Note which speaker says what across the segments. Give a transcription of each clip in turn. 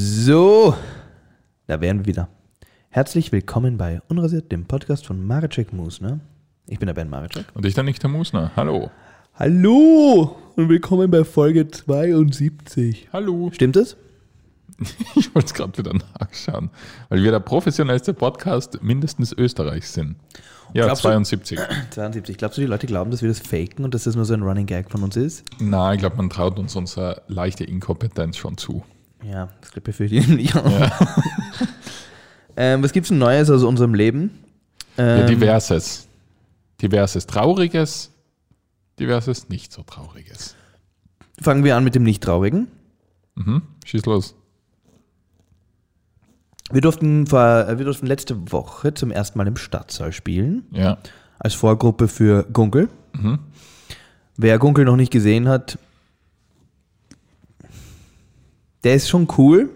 Speaker 1: Hallo! Da wären wir wieder. Herzlich willkommen bei Unrasiert, dem Podcast von Mareczek Moos, ne? Ich bin der Ben Mareczek.
Speaker 2: Und ich dann nicht der Musner. Hallo.
Speaker 1: Hallo und willkommen bei Folge 72.
Speaker 2: Hallo.
Speaker 1: Stimmt es?
Speaker 2: Ich wollte es gerade wieder nachschauen, weil wir der professionellste Podcast mindestens Österreichs sind. Ja,
Speaker 1: Glaubst du-
Speaker 2: 72.
Speaker 1: 72. Glaubst du, die Leute glauben, dass wir das faken und dass das nur so ein Running Gag von uns ist?
Speaker 2: Na, ich glaube, man traut uns unsere leichte Inkompetenz schon zu.
Speaker 1: Ja, das glaube ich nämlich auch. ähm, was gibt's denn Neues aus unserem Leben?
Speaker 2: Ja,
Speaker 1: Ähm,
Speaker 2: diverses. Diverses Trauriges, diverses nicht so Trauriges.
Speaker 1: fangen wir an mit dem Nicht-Traurigen.
Speaker 2: Mhm. Schieß los.
Speaker 1: Wir durften, vor, äh, wir durften letzte Woche zum ersten Mal im Stadtsaal spielen.
Speaker 2: Ja.
Speaker 1: als Vorgruppe für Gunkel. Wer Gunkel noch nicht gesehen hat, der ist schon cool.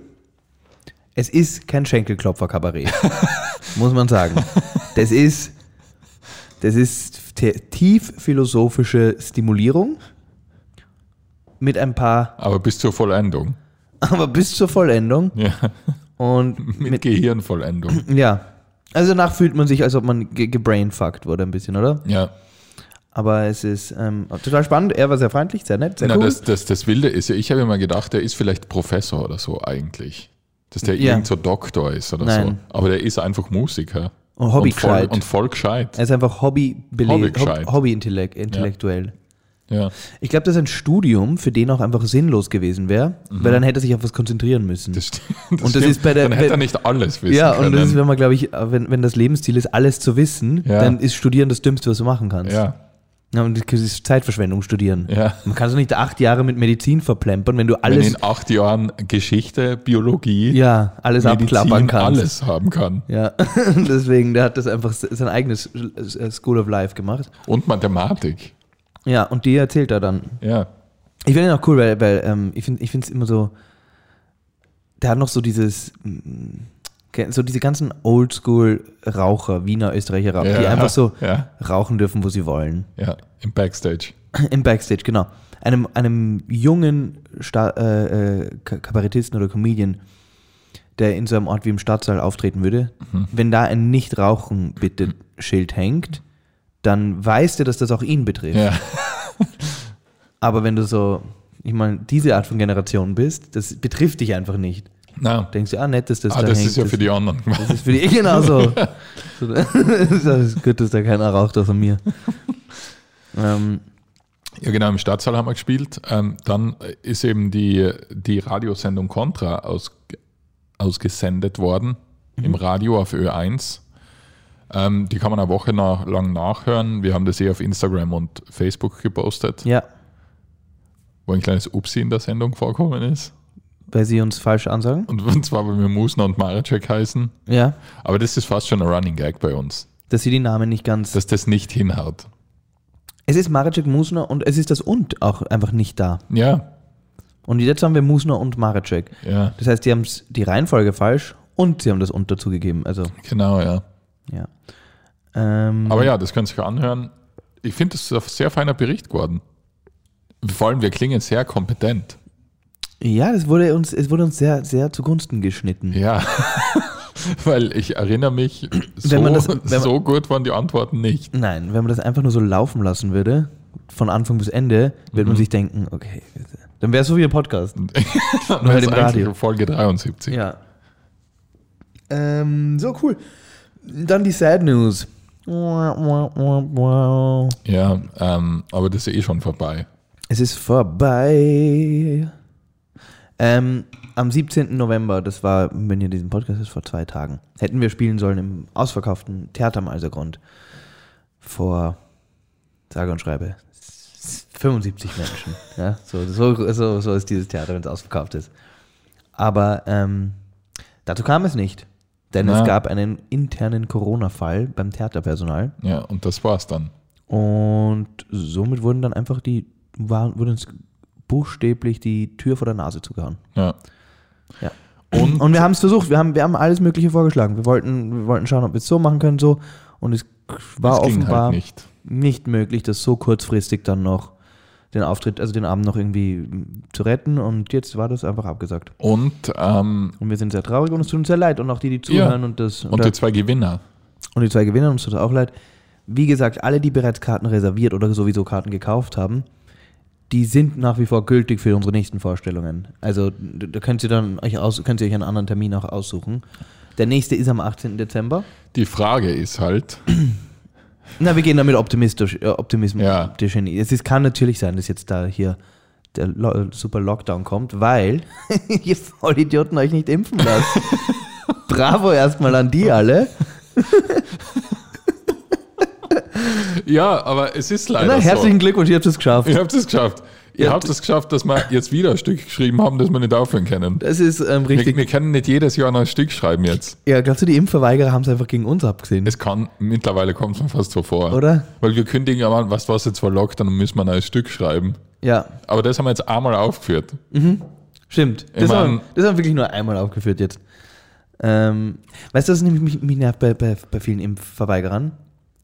Speaker 1: Es ist kein Schenkelklopfer-Kabarett, muss man sagen. Das ist, das ist t- tief philosophische Stimulierung mit ein paar,
Speaker 2: Aber bis zur Vollendung.
Speaker 1: aber bis zur Vollendung
Speaker 2: Ja.
Speaker 1: und
Speaker 2: Mit,
Speaker 1: mit,
Speaker 2: Gehirnvollendung.
Speaker 1: ja. Also danach fühlt man sich, als ob man ge gebrainfuckt wurde ein bisschen, oder?
Speaker 2: ja.
Speaker 1: Aber es ist ähm, total spannend. Er war sehr freundlich, sehr nett, sehr
Speaker 2: Na,
Speaker 1: cool.
Speaker 2: das, das, das Wilde ist ja, ich habe immer gedacht, der ist vielleicht Professor oder so eigentlich. Dass der
Speaker 1: Ja.
Speaker 2: irgend so Doktor ist oder
Speaker 1: Nein.
Speaker 2: so. Aber der ist einfach Musiker.
Speaker 1: Und Hobby
Speaker 2: und voll,
Speaker 1: gescheit.
Speaker 2: und voll gescheit.
Speaker 1: er ist einfach Hobby,
Speaker 2: Hobby
Speaker 1: Hobby,
Speaker 2: gescheit.
Speaker 1: Hobby intellektuell.
Speaker 2: Ja.
Speaker 1: Ich glaube, das ist ein Studium, für den auch einfach sinnlos gewesen wäre, weil dann hätte er sich auf was konzentrieren müssen.
Speaker 2: Mhm. Das, st- das
Speaker 1: Und das ist bei der-
Speaker 2: Dann hätte
Speaker 1: bei-
Speaker 2: er nicht alles wissen
Speaker 1: ja,
Speaker 2: können.
Speaker 1: und das ist, wenn man, glaube ich, äh, wenn, wenn das Lebensziel ist, alles zu wissen,
Speaker 2: Ja.
Speaker 1: dann ist Studieren das Dümmste, was du machen kannst.
Speaker 2: ja,
Speaker 1: Ja, und das ist Zeitverschwendung, Studieren.
Speaker 2: ja.
Speaker 1: Man kann so nicht acht Jahre mit Medizin verplempern, wenn du
Speaker 2: Wenn
Speaker 1: alles,
Speaker 2: in acht Jahren Geschichte, Biologie,
Speaker 1: ja, alles abklappern kannst.
Speaker 2: alles haben kann.
Speaker 1: Ja, deswegen, der hat das einfach s- sein eigenes äh, School of Life gemacht.
Speaker 2: Und Mathematik.
Speaker 1: Ja, und die erzählt er dann.
Speaker 2: Ja.
Speaker 1: Ich finde ihn auch cool, weil, weil ähm, ich finde es immer so, der hat noch so dieses, mm, ke- so diese ganzen Oldschool-Raucher, Wiener, Österreicher Raucher,
Speaker 2: ja.
Speaker 1: die einfach so
Speaker 2: Ja,
Speaker 1: rauchen dürfen, wo sie wollen.
Speaker 2: ja. Im Backstage.
Speaker 1: Im Backstage, genau. Einem, einem jungen Sta äh, äh, K- Kabarettisten oder Comedian, der in so einem Ort wie im Stadtsaal auftreten würde, wenn da ein Nicht-Rauchen-Bitte-Schild hängt, dann weiß der, dass das auch ihn betrifft.
Speaker 2: Ja.
Speaker 1: Aber wenn du so, ich meine, diese Art von Generation bist, das betrifft dich einfach nicht.
Speaker 2: Na,
Speaker 1: Denkst du, ah, nett, dass das
Speaker 2: ah,
Speaker 1: da
Speaker 2: das
Speaker 1: hängt.
Speaker 2: ist ja für die anderen.
Speaker 1: das ist für die, genau so. So, das ist gut, dass da keiner raucht außer mir. ähm,
Speaker 2: Ja, genau, im Stadtsaal haben wir gespielt. Ähm, dann ist eben die, die Radiosendung Contra aus, ausgesendet worden im Radio auf Ö1. Ähm, die kann man eine Woche nach, lang nachhören. Wir haben das eh auf Instagram und Facebook gepostet,
Speaker 1: ja,
Speaker 2: wo ein kleines Upsi in der Sendung vorkommen ist.
Speaker 1: weil sie uns falsch ansagen.
Speaker 2: Und, und zwar, weil wir Musner und Maracek heißen.
Speaker 1: Ja,
Speaker 2: Aber das ist fast schon ein Running Gag bei uns,
Speaker 1: dass sie die Namen nicht ganz.
Speaker 2: dass das nicht hinhaut.
Speaker 1: es ist Maracek Musner und es ist das und auch einfach nicht da.
Speaker 2: Ja,
Speaker 1: Und jetzt haben wir Musner und Maracek.
Speaker 2: ja,
Speaker 1: Das heißt, die haben die Reihenfolge falsch und sie haben das und dazu gegeben. Also,
Speaker 2: genau, ja.
Speaker 1: ja. Ähm,
Speaker 2: Aber ja, das könnt ihr euch anhören. Ich finde, das ist ein sehr feiner Bericht geworden. Vor allem, wir klingen sehr kompetent.
Speaker 1: Ja, das wurde uns, es wurde uns sehr, sehr zugunsten geschnitten.
Speaker 2: Ja. Weil ich erinnere mich, so,
Speaker 1: Wenn man das- wenn man-
Speaker 2: so gut waren die Antworten nicht.
Speaker 1: Nein, wenn man das einfach nur so laufen lassen würde, von Anfang bis Ende, würde man sich denken, okay, dann wäre es so wie ein Podcast.
Speaker 2: Nur
Speaker 1: halt im Radio.
Speaker 2: Folge 73.
Speaker 1: Ja. Ähm, so cool. Dann die Sad News.
Speaker 2: Ja, ähm, aber das ist eh schon vorbei.
Speaker 1: Es ist vorbei. Ähm, am 17. November, das war, wenn ihr diesen Podcast ist, vor zwei Tagen, hätten wir spielen sollen im ausverkauften Theater am Alsergrund. Vor, sage und schreibe, 75 Menschen. ja, so, so, so, so ist dieses Theater, wenn es ausverkauft ist. Aber ähm, dazu kam es nicht. Denn
Speaker 2: Na.
Speaker 1: es gab einen internen Corona-Fall beim Theaterpersonal.
Speaker 2: Ja, und das war's dann.
Speaker 1: Und somit wurden dann einfach die, waren, wurden uns buchstäblich die Tür vor der Nase zugehauen.
Speaker 2: Ja.
Speaker 1: Ja.
Speaker 2: Und,
Speaker 1: Und wir haben es versucht, wir haben, wir haben alles Mögliche vorgeschlagen. Wir wollten, wir wollten schauen, ob wir es so machen können, so. Und es war
Speaker 2: das ging
Speaker 1: offenbar
Speaker 2: halt
Speaker 1: nicht.
Speaker 2: nicht.
Speaker 1: möglich, das so kurzfristig dann noch den Auftritt, also den Abend noch irgendwie mm, zu retten und jetzt war das einfach abgesagt.
Speaker 2: Und, ähm,
Speaker 1: Und wir sind sehr traurig und es tut uns sehr leid und auch die, die zuhören und das
Speaker 2: und die zwei Gewinner.
Speaker 1: und die zwei Gewinner, uns tut auch leid. Wie gesagt, alle, die bereits Karten reserviert oder sowieso Karten gekauft haben, die sind nach wie vor gültig für unsere nächsten Vorstellungen. Also d- da könnt ihr dann euch aus, könnt ihr euch einen anderen Termin auch aussuchen. Der nächste ist am 18. Dezember.
Speaker 2: Die Frage ist halt,
Speaker 1: Na, wir gehen damit optimistisch, äh, optimistisch
Speaker 2: Ja.
Speaker 1: hin. Es ist, kann natürlich sein, dass jetzt da hier der Lo super Lockdown kommt, weil ihr Vollidioten euch nicht impfen lasst. Bravo erstmal an die alle.
Speaker 2: ja, aber es ist leider
Speaker 1: Na, herzlichen
Speaker 2: so.
Speaker 1: Glückwunsch, ihr habt es geschafft.
Speaker 2: Ihr habt es geschafft. Ihr
Speaker 1: Ja,
Speaker 2: habt es geschafft, dass wir jetzt wieder ein Stück geschrieben haben, das wir nicht aufhören können.
Speaker 1: Das ist ähm,
Speaker 2: Wir,
Speaker 1: richtig.
Speaker 2: wir können nicht jedes Jahr noch ein Stück schreiben jetzt.
Speaker 1: Ja, glaubst du, die Impfverweigerer haben es einfach gegen uns abgesehen?
Speaker 2: Es kann, mittlerweile kommt es mir fast so vor.
Speaker 1: Oder?
Speaker 2: Weil wir kündigen ja mal, was war jetzt vor Lockdown, dann müssen wir noch ein Stück schreiben.
Speaker 1: Ja,
Speaker 2: Aber das haben wir jetzt einmal aufgeführt.
Speaker 1: stimmt.
Speaker 2: Ich
Speaker 1: Das haben,
Speaker 2: mein-
Speaker 1: das haben wir wirklich nur einmal aufgeführt jetzt. Ähm, weißt du, das nämlich mich, mich nervt bei, bei, bei vielen Impfverweigerern?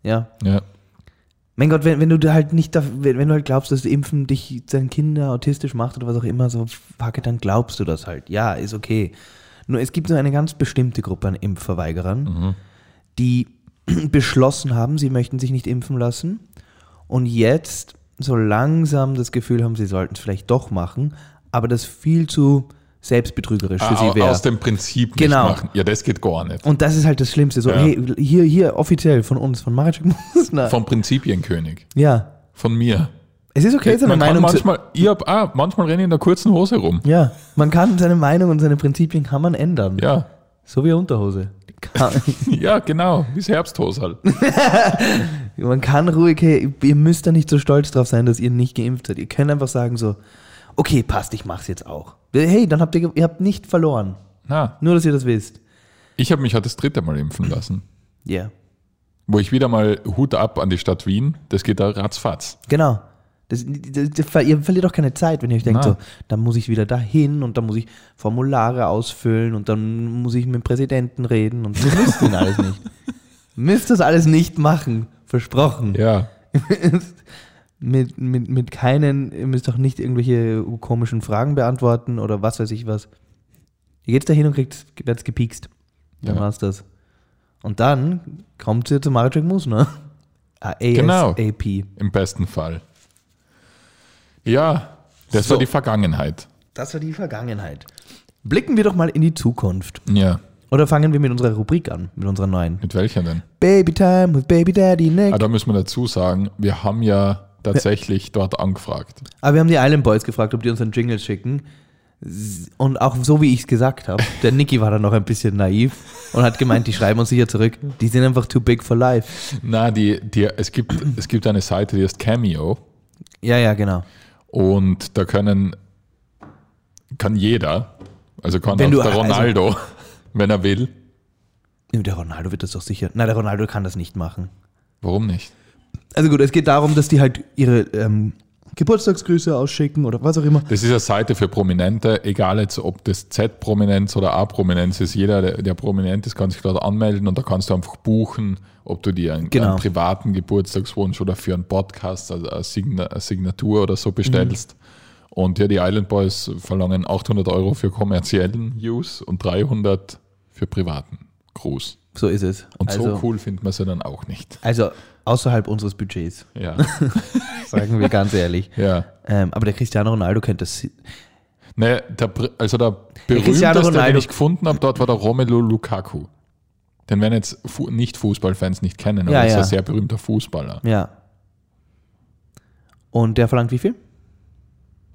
Speaker 1: Ja,
Speaker 2: Ja.
Speaker 1: Mein Gott, wenn, wenn du da halt nicht, da, wenn, wenn du halt glaubst, dass Impfen dich deine Kinder autistisch macht oder was auch immer, so fuck it, dann glaubst du das halt. Ja, ist okay. Nur es gibt nur eine ganz bestimmte Gruppe an Impfverweigerern,
Speaker 2: Mhm.
Speaker 1: die beschlossen haben, sie möchten sich nicht impfen lassen und jetzt so langsam das Gefühl haben, sie sollten es vielleicht doch machen, aber das viel zu selbstbetrügerisch für
Speaker 2: Ah,
Speaker 1: sie wäre.
Speaker 2: aus dem Prinzip
Speaker 1: Genau.
Speaker 2: nicht machen. Ja, das geht gar nicht.
Speaker 1: Und das ist halt das Schlimmste. So,
Speaker 2: Ja.
Speaker 1: hey, hier, hier offiziell von uns, von Marek Mosner.
Speaker 2: Vom Prinzipienkönig.
Speaker 1: Ja.
Speaker 2: Von mir.
Speaker 1: Es ist okay, seine
Speaker 2: Man kann
Speaker 1: Meinung zu,
Speaker 2: manchmal, ich hab, ah, manchmal renne ich in der kurzen Hose rum.
Speaker 1: Ja, man kann seine Meinung und seine Prinzipien kann man ändern.
Speaker 2: Ja.
Speaker 1: So wie Unterhose. Kann,
Speaker 2: Ja, genau. Wie das Herbsthose halt.
Speaker 1: man kann ruhig, hey, ihr müsst da nicht so stolz drauf sein, dass ihr nicht geimpft seid. Ihr könnt einfach sagen so, okay, passt, ich mach's jetzt auch. Hey, dann habt ihr, ge- ihr habt nicht verloren.
Speaker 2: Na,
Speaker 1: Nur, dass ihr das wisst.
Speaker 2: ich habe mich halt das dritte Mal impfen lassen.
Speaker 1: Ja,
Speaker 2: Wo ich wieder mal Hut ab an die Stadt Wien. Das geht da ratzfatz.
Speaker 1: genau. Das, das, das, ihr verliert auch keine Zeit, wenn ihr euch denkt,
Speaker 2: Na.
Speaker 1: so, dann muss ich wieder dahin und dann muss ich Formulare ausfüllen und dann muss ich mit dem Präsidenten reden und ihr müsst ihn alles nicht. Müsst das alles nicht machen. Versprochen.
Speaker 2: Ja.
Speaker 1: mit, mit, mit keinen, ihr müsst doch nicht irgendwelche komischen Fragen beantworten oder was weiß ich was. Ihr geht's da hin und kriegt, werdet gepiekst. Dann
Speaker 2: Ja.
Speaker 1: war's das. Und dann kommt ihr zu ne? Marek Musner. ASAP.
Speaker 2: Genau.
Speaker 1: AP.
Speaker 2: Im besten Fall. Ja, das
Speaker 1: So.
Speaker 2: war die Vergangenheit.
Speaker 1: Das war die Vergangenheit. Blicken wir doch mal in die Zukunft.
Speaker 2: Ja.
Speaker 1: Oder fangen wir mit unserer Rubrik an, mit unserer neuen.
Speaker 2: Mit welcher denn?
Speaker 1: Baby Time with Baby Daddy Nick.
Speaker 2: Ah, da müssen wir dazu sagen, wir haben ja tatsächlich dort angefragt.
Speaker 1: Aber wir haben die Island Boys gefragt, ob die uns einen Jingle schicken. S- Und auch so, wie ich es gesagt habe, der Niki war dann noch ein bisschen naiv und hat gemeint, die schreiben uns sicher zurück. Die sind einfach too big for life.
Speaker 2: Na, die, die, es, gibt, es gibt eine Seite, die heißt Cameo.
Speaker 1: Ja, ja, genau.
Speaker 2: Und da können, kann jeder, also kann
Speaker 1: Wenn
Speaker 2: auch
Speaker 1: du-
Speaker 2: der
Speaker 1: also-
Speaker 2: Ronaldo, wenn er will.
Speaker 1: Ja, Der Ronaldo wird das doch sicher. Na, der Ronaldo kann das nicht machen.
Speaker 2: Warum nicht?
Speaker 1: Also gut, es geht darum, dass die halt ihre ähm, Geburtstagsgrüße ausschicken oder was auch immer.
Speaker 2: Das ist eine Seite für Prominente, egal jetzt, ob das Z-Prominenz oder A-Prominenz ist. Jeder, der, der prominent ist, kann sich dort anmelden und da kannst du einfach buchen, ob du dir einen,
Speaker 1: Genau.
Speaker 2: einen privaten Geburtstagswunsch oder für einen Podcast, also eine, Signa eine Signatur oder so bestellst.
Speaker 1: Mhm.
Speaker 2: Und ja, die Island Boys verlangen 800 Euro für kommerziellen Use und 300 für privaten Gruß.
Speaker 1: So ist es.
Speaker 2: Und
Speaker 1: also,
Speaker 2: so cool findet man sie dann auch nicht.
Speaker 1: also außerhalb unseres Budgets,
Speaker 2: Ja,
Speaker 1: sagen wir ganz ehrlich.
Speaker 2: ja.
Speaker 1: Ähm, aber der Cristiano Ronaldo könnte das.
Speaker 2: Naja, der, Br- also der
Speaker 1: Cristiano
Speaker 2: berühmteste, den
Speaker 1: Ronaldo.
Speaker 2: ich gefunden habe, dort war der Romelu Lukaku. Den werden jetzt Fu nicht Fußballfans nicht kennen, aber
Speaker 1: Ja,
Speaker 2: er ist
Speaker 1: ja.
Speaker 2: ein sehr berühmter Fußballer.
Speaker 1: Ja. Und der verlangt wie viel?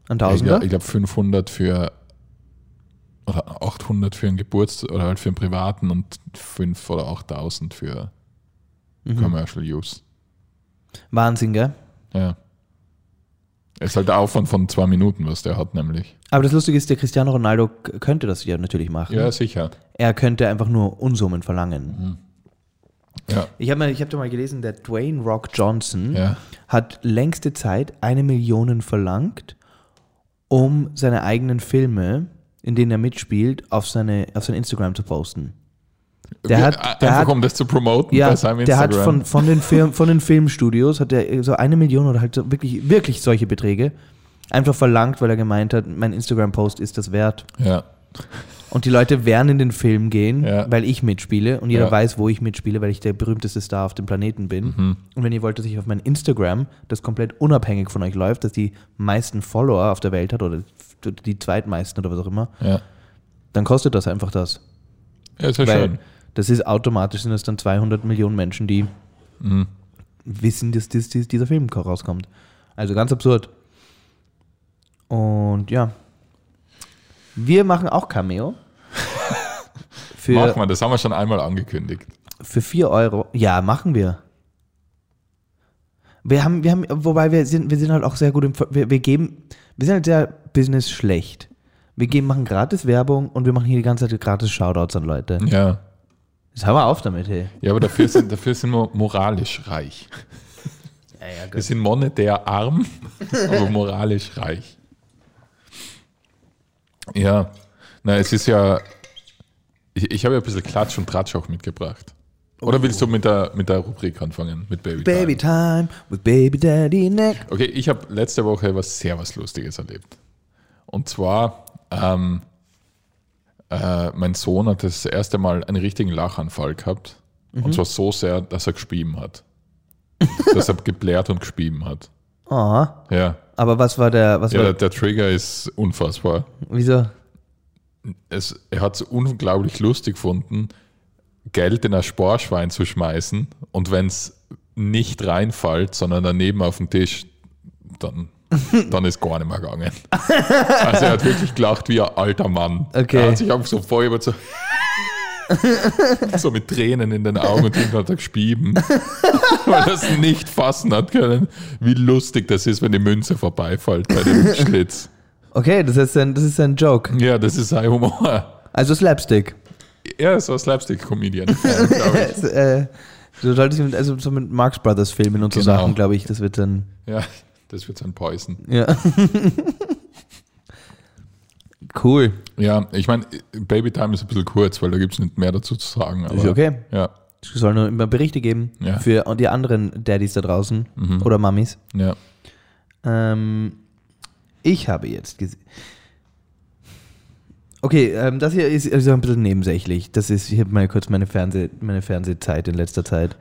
Speaker 1: Ein
Speaker 2: Ich
Speaker 1: Tausender?
Speaker 2: glaube, glaub 500 für oder 800 für einen Geburtstag oder halt für einen privaten und 5 oder 8000 für
Speaker 1: Mhm.
Speaker 2: Commercial Use.
Speaker 1: Wahnsinn, gell?
Speaker 2: Ja. Ist halt der Aufwand von zwei Minuten, was der hat, nämlich.
Speaker 1: Aber das Lustige ist, der Cristiano Ronaldo k- könnte das ja natürlich machen.
Speaker 2: Ja, Mhm. sicher.
Speaker 1: Er könnte einfach nur Unsummen verlangen.
Speaker 2: Ja,
Speaker 1: Ich habe hab da mal gelesen, der Dwayne Rock Johnson
Speaker 2: ja.
Speaker 1: hat längste Zeit eine Million verlangt, um seine eigenen Filme, in denen er mitspielt, auf, seine, auf sein Instagram zu posten. Der
Speaker 2: Wir-
Speaker 1: hat- der
Speaker 2: einfach
Speaker 1: hat-
Speaker 2: um das zu promoten
Speaker 1: Ja,
Speaker 2: bei seinem
Speaker 1: der
Speaker 2: Instagram.
Speaker 1: hat von, von, den Film, von den Filmstudios hat er so eine Million oder halt so wirklich, wirklich solche Beträge einfach verlangt, weil er gemeint hat, mein Instagram-Post ist das wert.
Speaker 2: ja,
Speaker 1: Und die Leute werden in den Film gehen,
Speaker 2: Ja.
Speaker 1: weil ich mitspiele und jeder
Speaker 2: Ja.
Speaker 1: weiß, wo ich mitspiele, weil ich der berühmteste Star auf dem Planeten bin.
Speaker 2: Mhm.
Speaker 1: Und wenn ihr wollt, dass ich auf mein Instagram, das komplett unabhängig von euch läuft, das die meisten Follower auf der Welt hat oder die zweitmeisten oder was auch immer,
Speaker 2: ja.
Speaker 1: dann kostet das einfach das.
Speaker 2: Ja, ist ja
Speaker 1: Weil
Speaker 2: schön.
Speaker 1: das ist automatisch, sind das dann 200 Millionen Menschen, die wissen, dass, dies- dies- dieser Film rauskommt. Also ganz absurd. Und ja. Wir machen auch Cameo.
Speaker 2: Machen
Speaker 1: für,
Speaker 2: wir, das haben wir schon einmal angekündigt.
Speaker 1: für 4 Euro. Ja, machen wir. Wir haben, wir haben, wobei wir sind, wir sind halt auch sehr gut im, Ver- wir, wir geben, wir sind halt sehr Business schlecht. Wir geben, machen gratis Werbung und wir machen hier die ganze Zeit gratis Shoutouts an Leute.
Speaker 2: Ja.
Speaker 1: Jetzt hör mal auf damit, hey.
Speaker 2: Ja, aber dafür sind, dafür sind wir moralisch reich.
Speaker 1: Ja, ja,
Speaker 2: Wir sind monetär arm, aber moralisch reich. Ja, na, es ist ja. Ich, ich habe ja ein bisschen Klatsch und Tratsch auch mitgebracht. Oder willst du mit der, mit der Rubrik anfangen? Mit Baby,
Speaker 1: Baby time
Speaker 2: Time?
Speaker 1: with baby daddy neck.
Speaker 2: Okay, ich habe letzte Woche was sehr was Lustiges erlebt. Und zwar, ähm, äh, mein Sohn hat das erste Mal einen richtigen Lachanfall gehabt. Und zwar so sehr, dass er gespieben hat. dass er geblärt und gespieben hat.
Speaker 1: Oh,
Speaker 2: Ja.
Speaker 1: aber was war der, was
Speaker 2: Ja,
Speaker 1: war,
Speaker 2: der, der Trigger ist unfassbar.
Speaker 1: wieso?
Speaker 2: Es, er hat es unglaublich lustig gefunden, Geld in ein Sparschwein zu schmeißen und wenn es nicht reinfällt, sondern daneben auf den Tisch, dann, dann ist gar nicht mehr gegangen. Also er hat wirklich gelacht wie ein alter Mann.
Speaker 1: Okay.
Speaker 2: Er hat sich einfach so voll über so, so mit Tränen in den Augen und hinten hat er gespieben, weil er es nicht fassen hat können, wie lustig das ist, wenn die Münze vorbeifällt bei dem Schlitz.
Speaker 1: Okay, das ist ein, das ist ein Joke.
Speaker 2: Ja, das ist sein Humor.
Speaker 1: Also Slapstick.
Speaker 2: Er ist so ein Slapstick-Comedian, glaube
Speaker 1: Das, äh, du solltest mit, also so mit Marx Brothers Filmen und so
Speaker 2: Genau.
Speaker 1: Sachen, glaube ich, das wird dann,
Speaker 2: ich. Ja, das wird sein Poison.
Speaker 1: ja. cool.
Speaker 2: Ja, ich meine, Babytime ist ein bisschen kurz, weil da gibt es nicht mehr dazu zu sagen. Aber,
Speaker 1: Ist okay.
Speaker 2: Ja,
Speaker 1: Ich soll nur immer Berichte geben
Speaker 2: Ja. Mhm.
Speaker 1: für die anderen Daddys da draußen oder Mamis.
Speaker 2: ja.
Speaker 1: Ähm, ich habe jetzt gesehen. Okay, ähm, das hier ist, ist ein bisschen nebensächlich. Das ist, ich habe mal kurz meine, Fernseh, meine Fernsehzeit in letzter Zeit.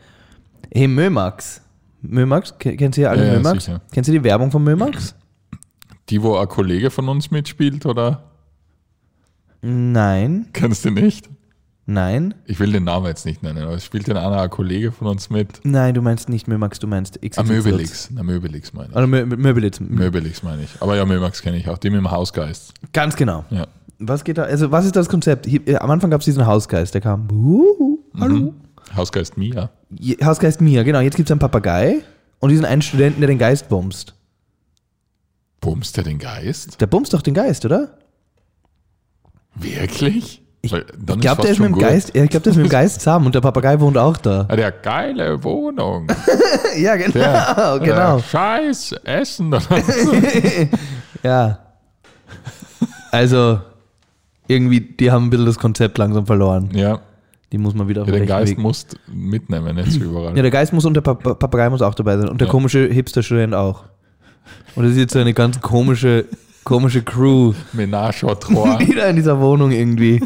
Speaker 1: Hey, Mömax. Mömax? Ke- Kennst du ja alle
Speaker 2: Ja, ja,
Speaker 1: Mömax?
Speaker 2: sicher.
Speaker 1: Kennst du die Werbung von Mömax?
Speaker 2: Die, wo ein Kollege von uns mitspielt, oder?
Speaker 1: Nein,
Speaker 2: Kennst du nicht?
Speaker 1: nein.
Speaker 2: Ich will den Namen jetzt nicht nennen, aber es spielt denn einer ein Kollege von uns mit?
Speaker 1: Nein, du meinst nicht Mömax, du meinst XXX.
Speaker 2: Amöbelix. Na, Ah, Möbelix meine ich.
Speaker 1: Oder Also Mö Möbelitz.
Speaker 2: Möbelix meine ich. Aber ja, Möbelix kenne ich auch. Die mit dem Hausgeist.
Speaker 1: Ganz genau.
Speaker 2: Ja.
Speaker 1: Was geht da? Also, was ist das Konzept? Hier, äh, am Anfang gab es diesen Hausgeist, der
Speaker 2: Mhm.
Speaker 1: kam. "Huhu, hallo.
Speaker 2: Hausgeist Mia.
Speaker 1: Je- Hausgeist Mia, genau. Jetzt gibt es einen Papagei und diesen einen Studenten, der den Geist bumst.
Speaker 2: Bumst der den Geist?
Speaker 1: Der bumst doch den Geist, oder?
Speaker 2: Wirklich?
Speaker 1: Ich-
Speaker 2: Weil dann
Speaker 1: Ich glaube,
Speaker 2: fast
Speaker 1: der ist
Speaker 2: schon
Speaker 1: mit dem
Speaker 2: gut.
Speaker 1: Geist, ja, ich glaube, der ist mit dem Geist zusammen und der Papagei wohnt auch da.
Speaker 2: Ah, Der geile Wohnung.
Speaker 1: Ja, genau,
Speaker 2: Ja,
Speaker 1: genau.
Speaker 2: Äh, Scheiß Essen. ja,
Speaker 1: Ja. Also, irgendwie, die haben ein bisschen das Konzept langsam verloren.
Speaker 2: ja,
Speaker 1: Die muss man wieder auf
Speaker 2: den
Speaker 1: rechten
Speaker 2: Geist
Speaker 1: Weg-
Speaker 2: musst mitnehmen, jetzt überall.
Speaker 1: Ja, der Geist muss und der Pa- Pa- Papagei muss auch dabei sein. Und der
Speaker 2: Ja.
Speaker 1: komische Hipster-Student auch. Und das ist jetzt so eine ganz komische, komische Crew,
Speaker 2: Menage à trois,
Speaker 1: die da in dieser Wohnung irgendwie.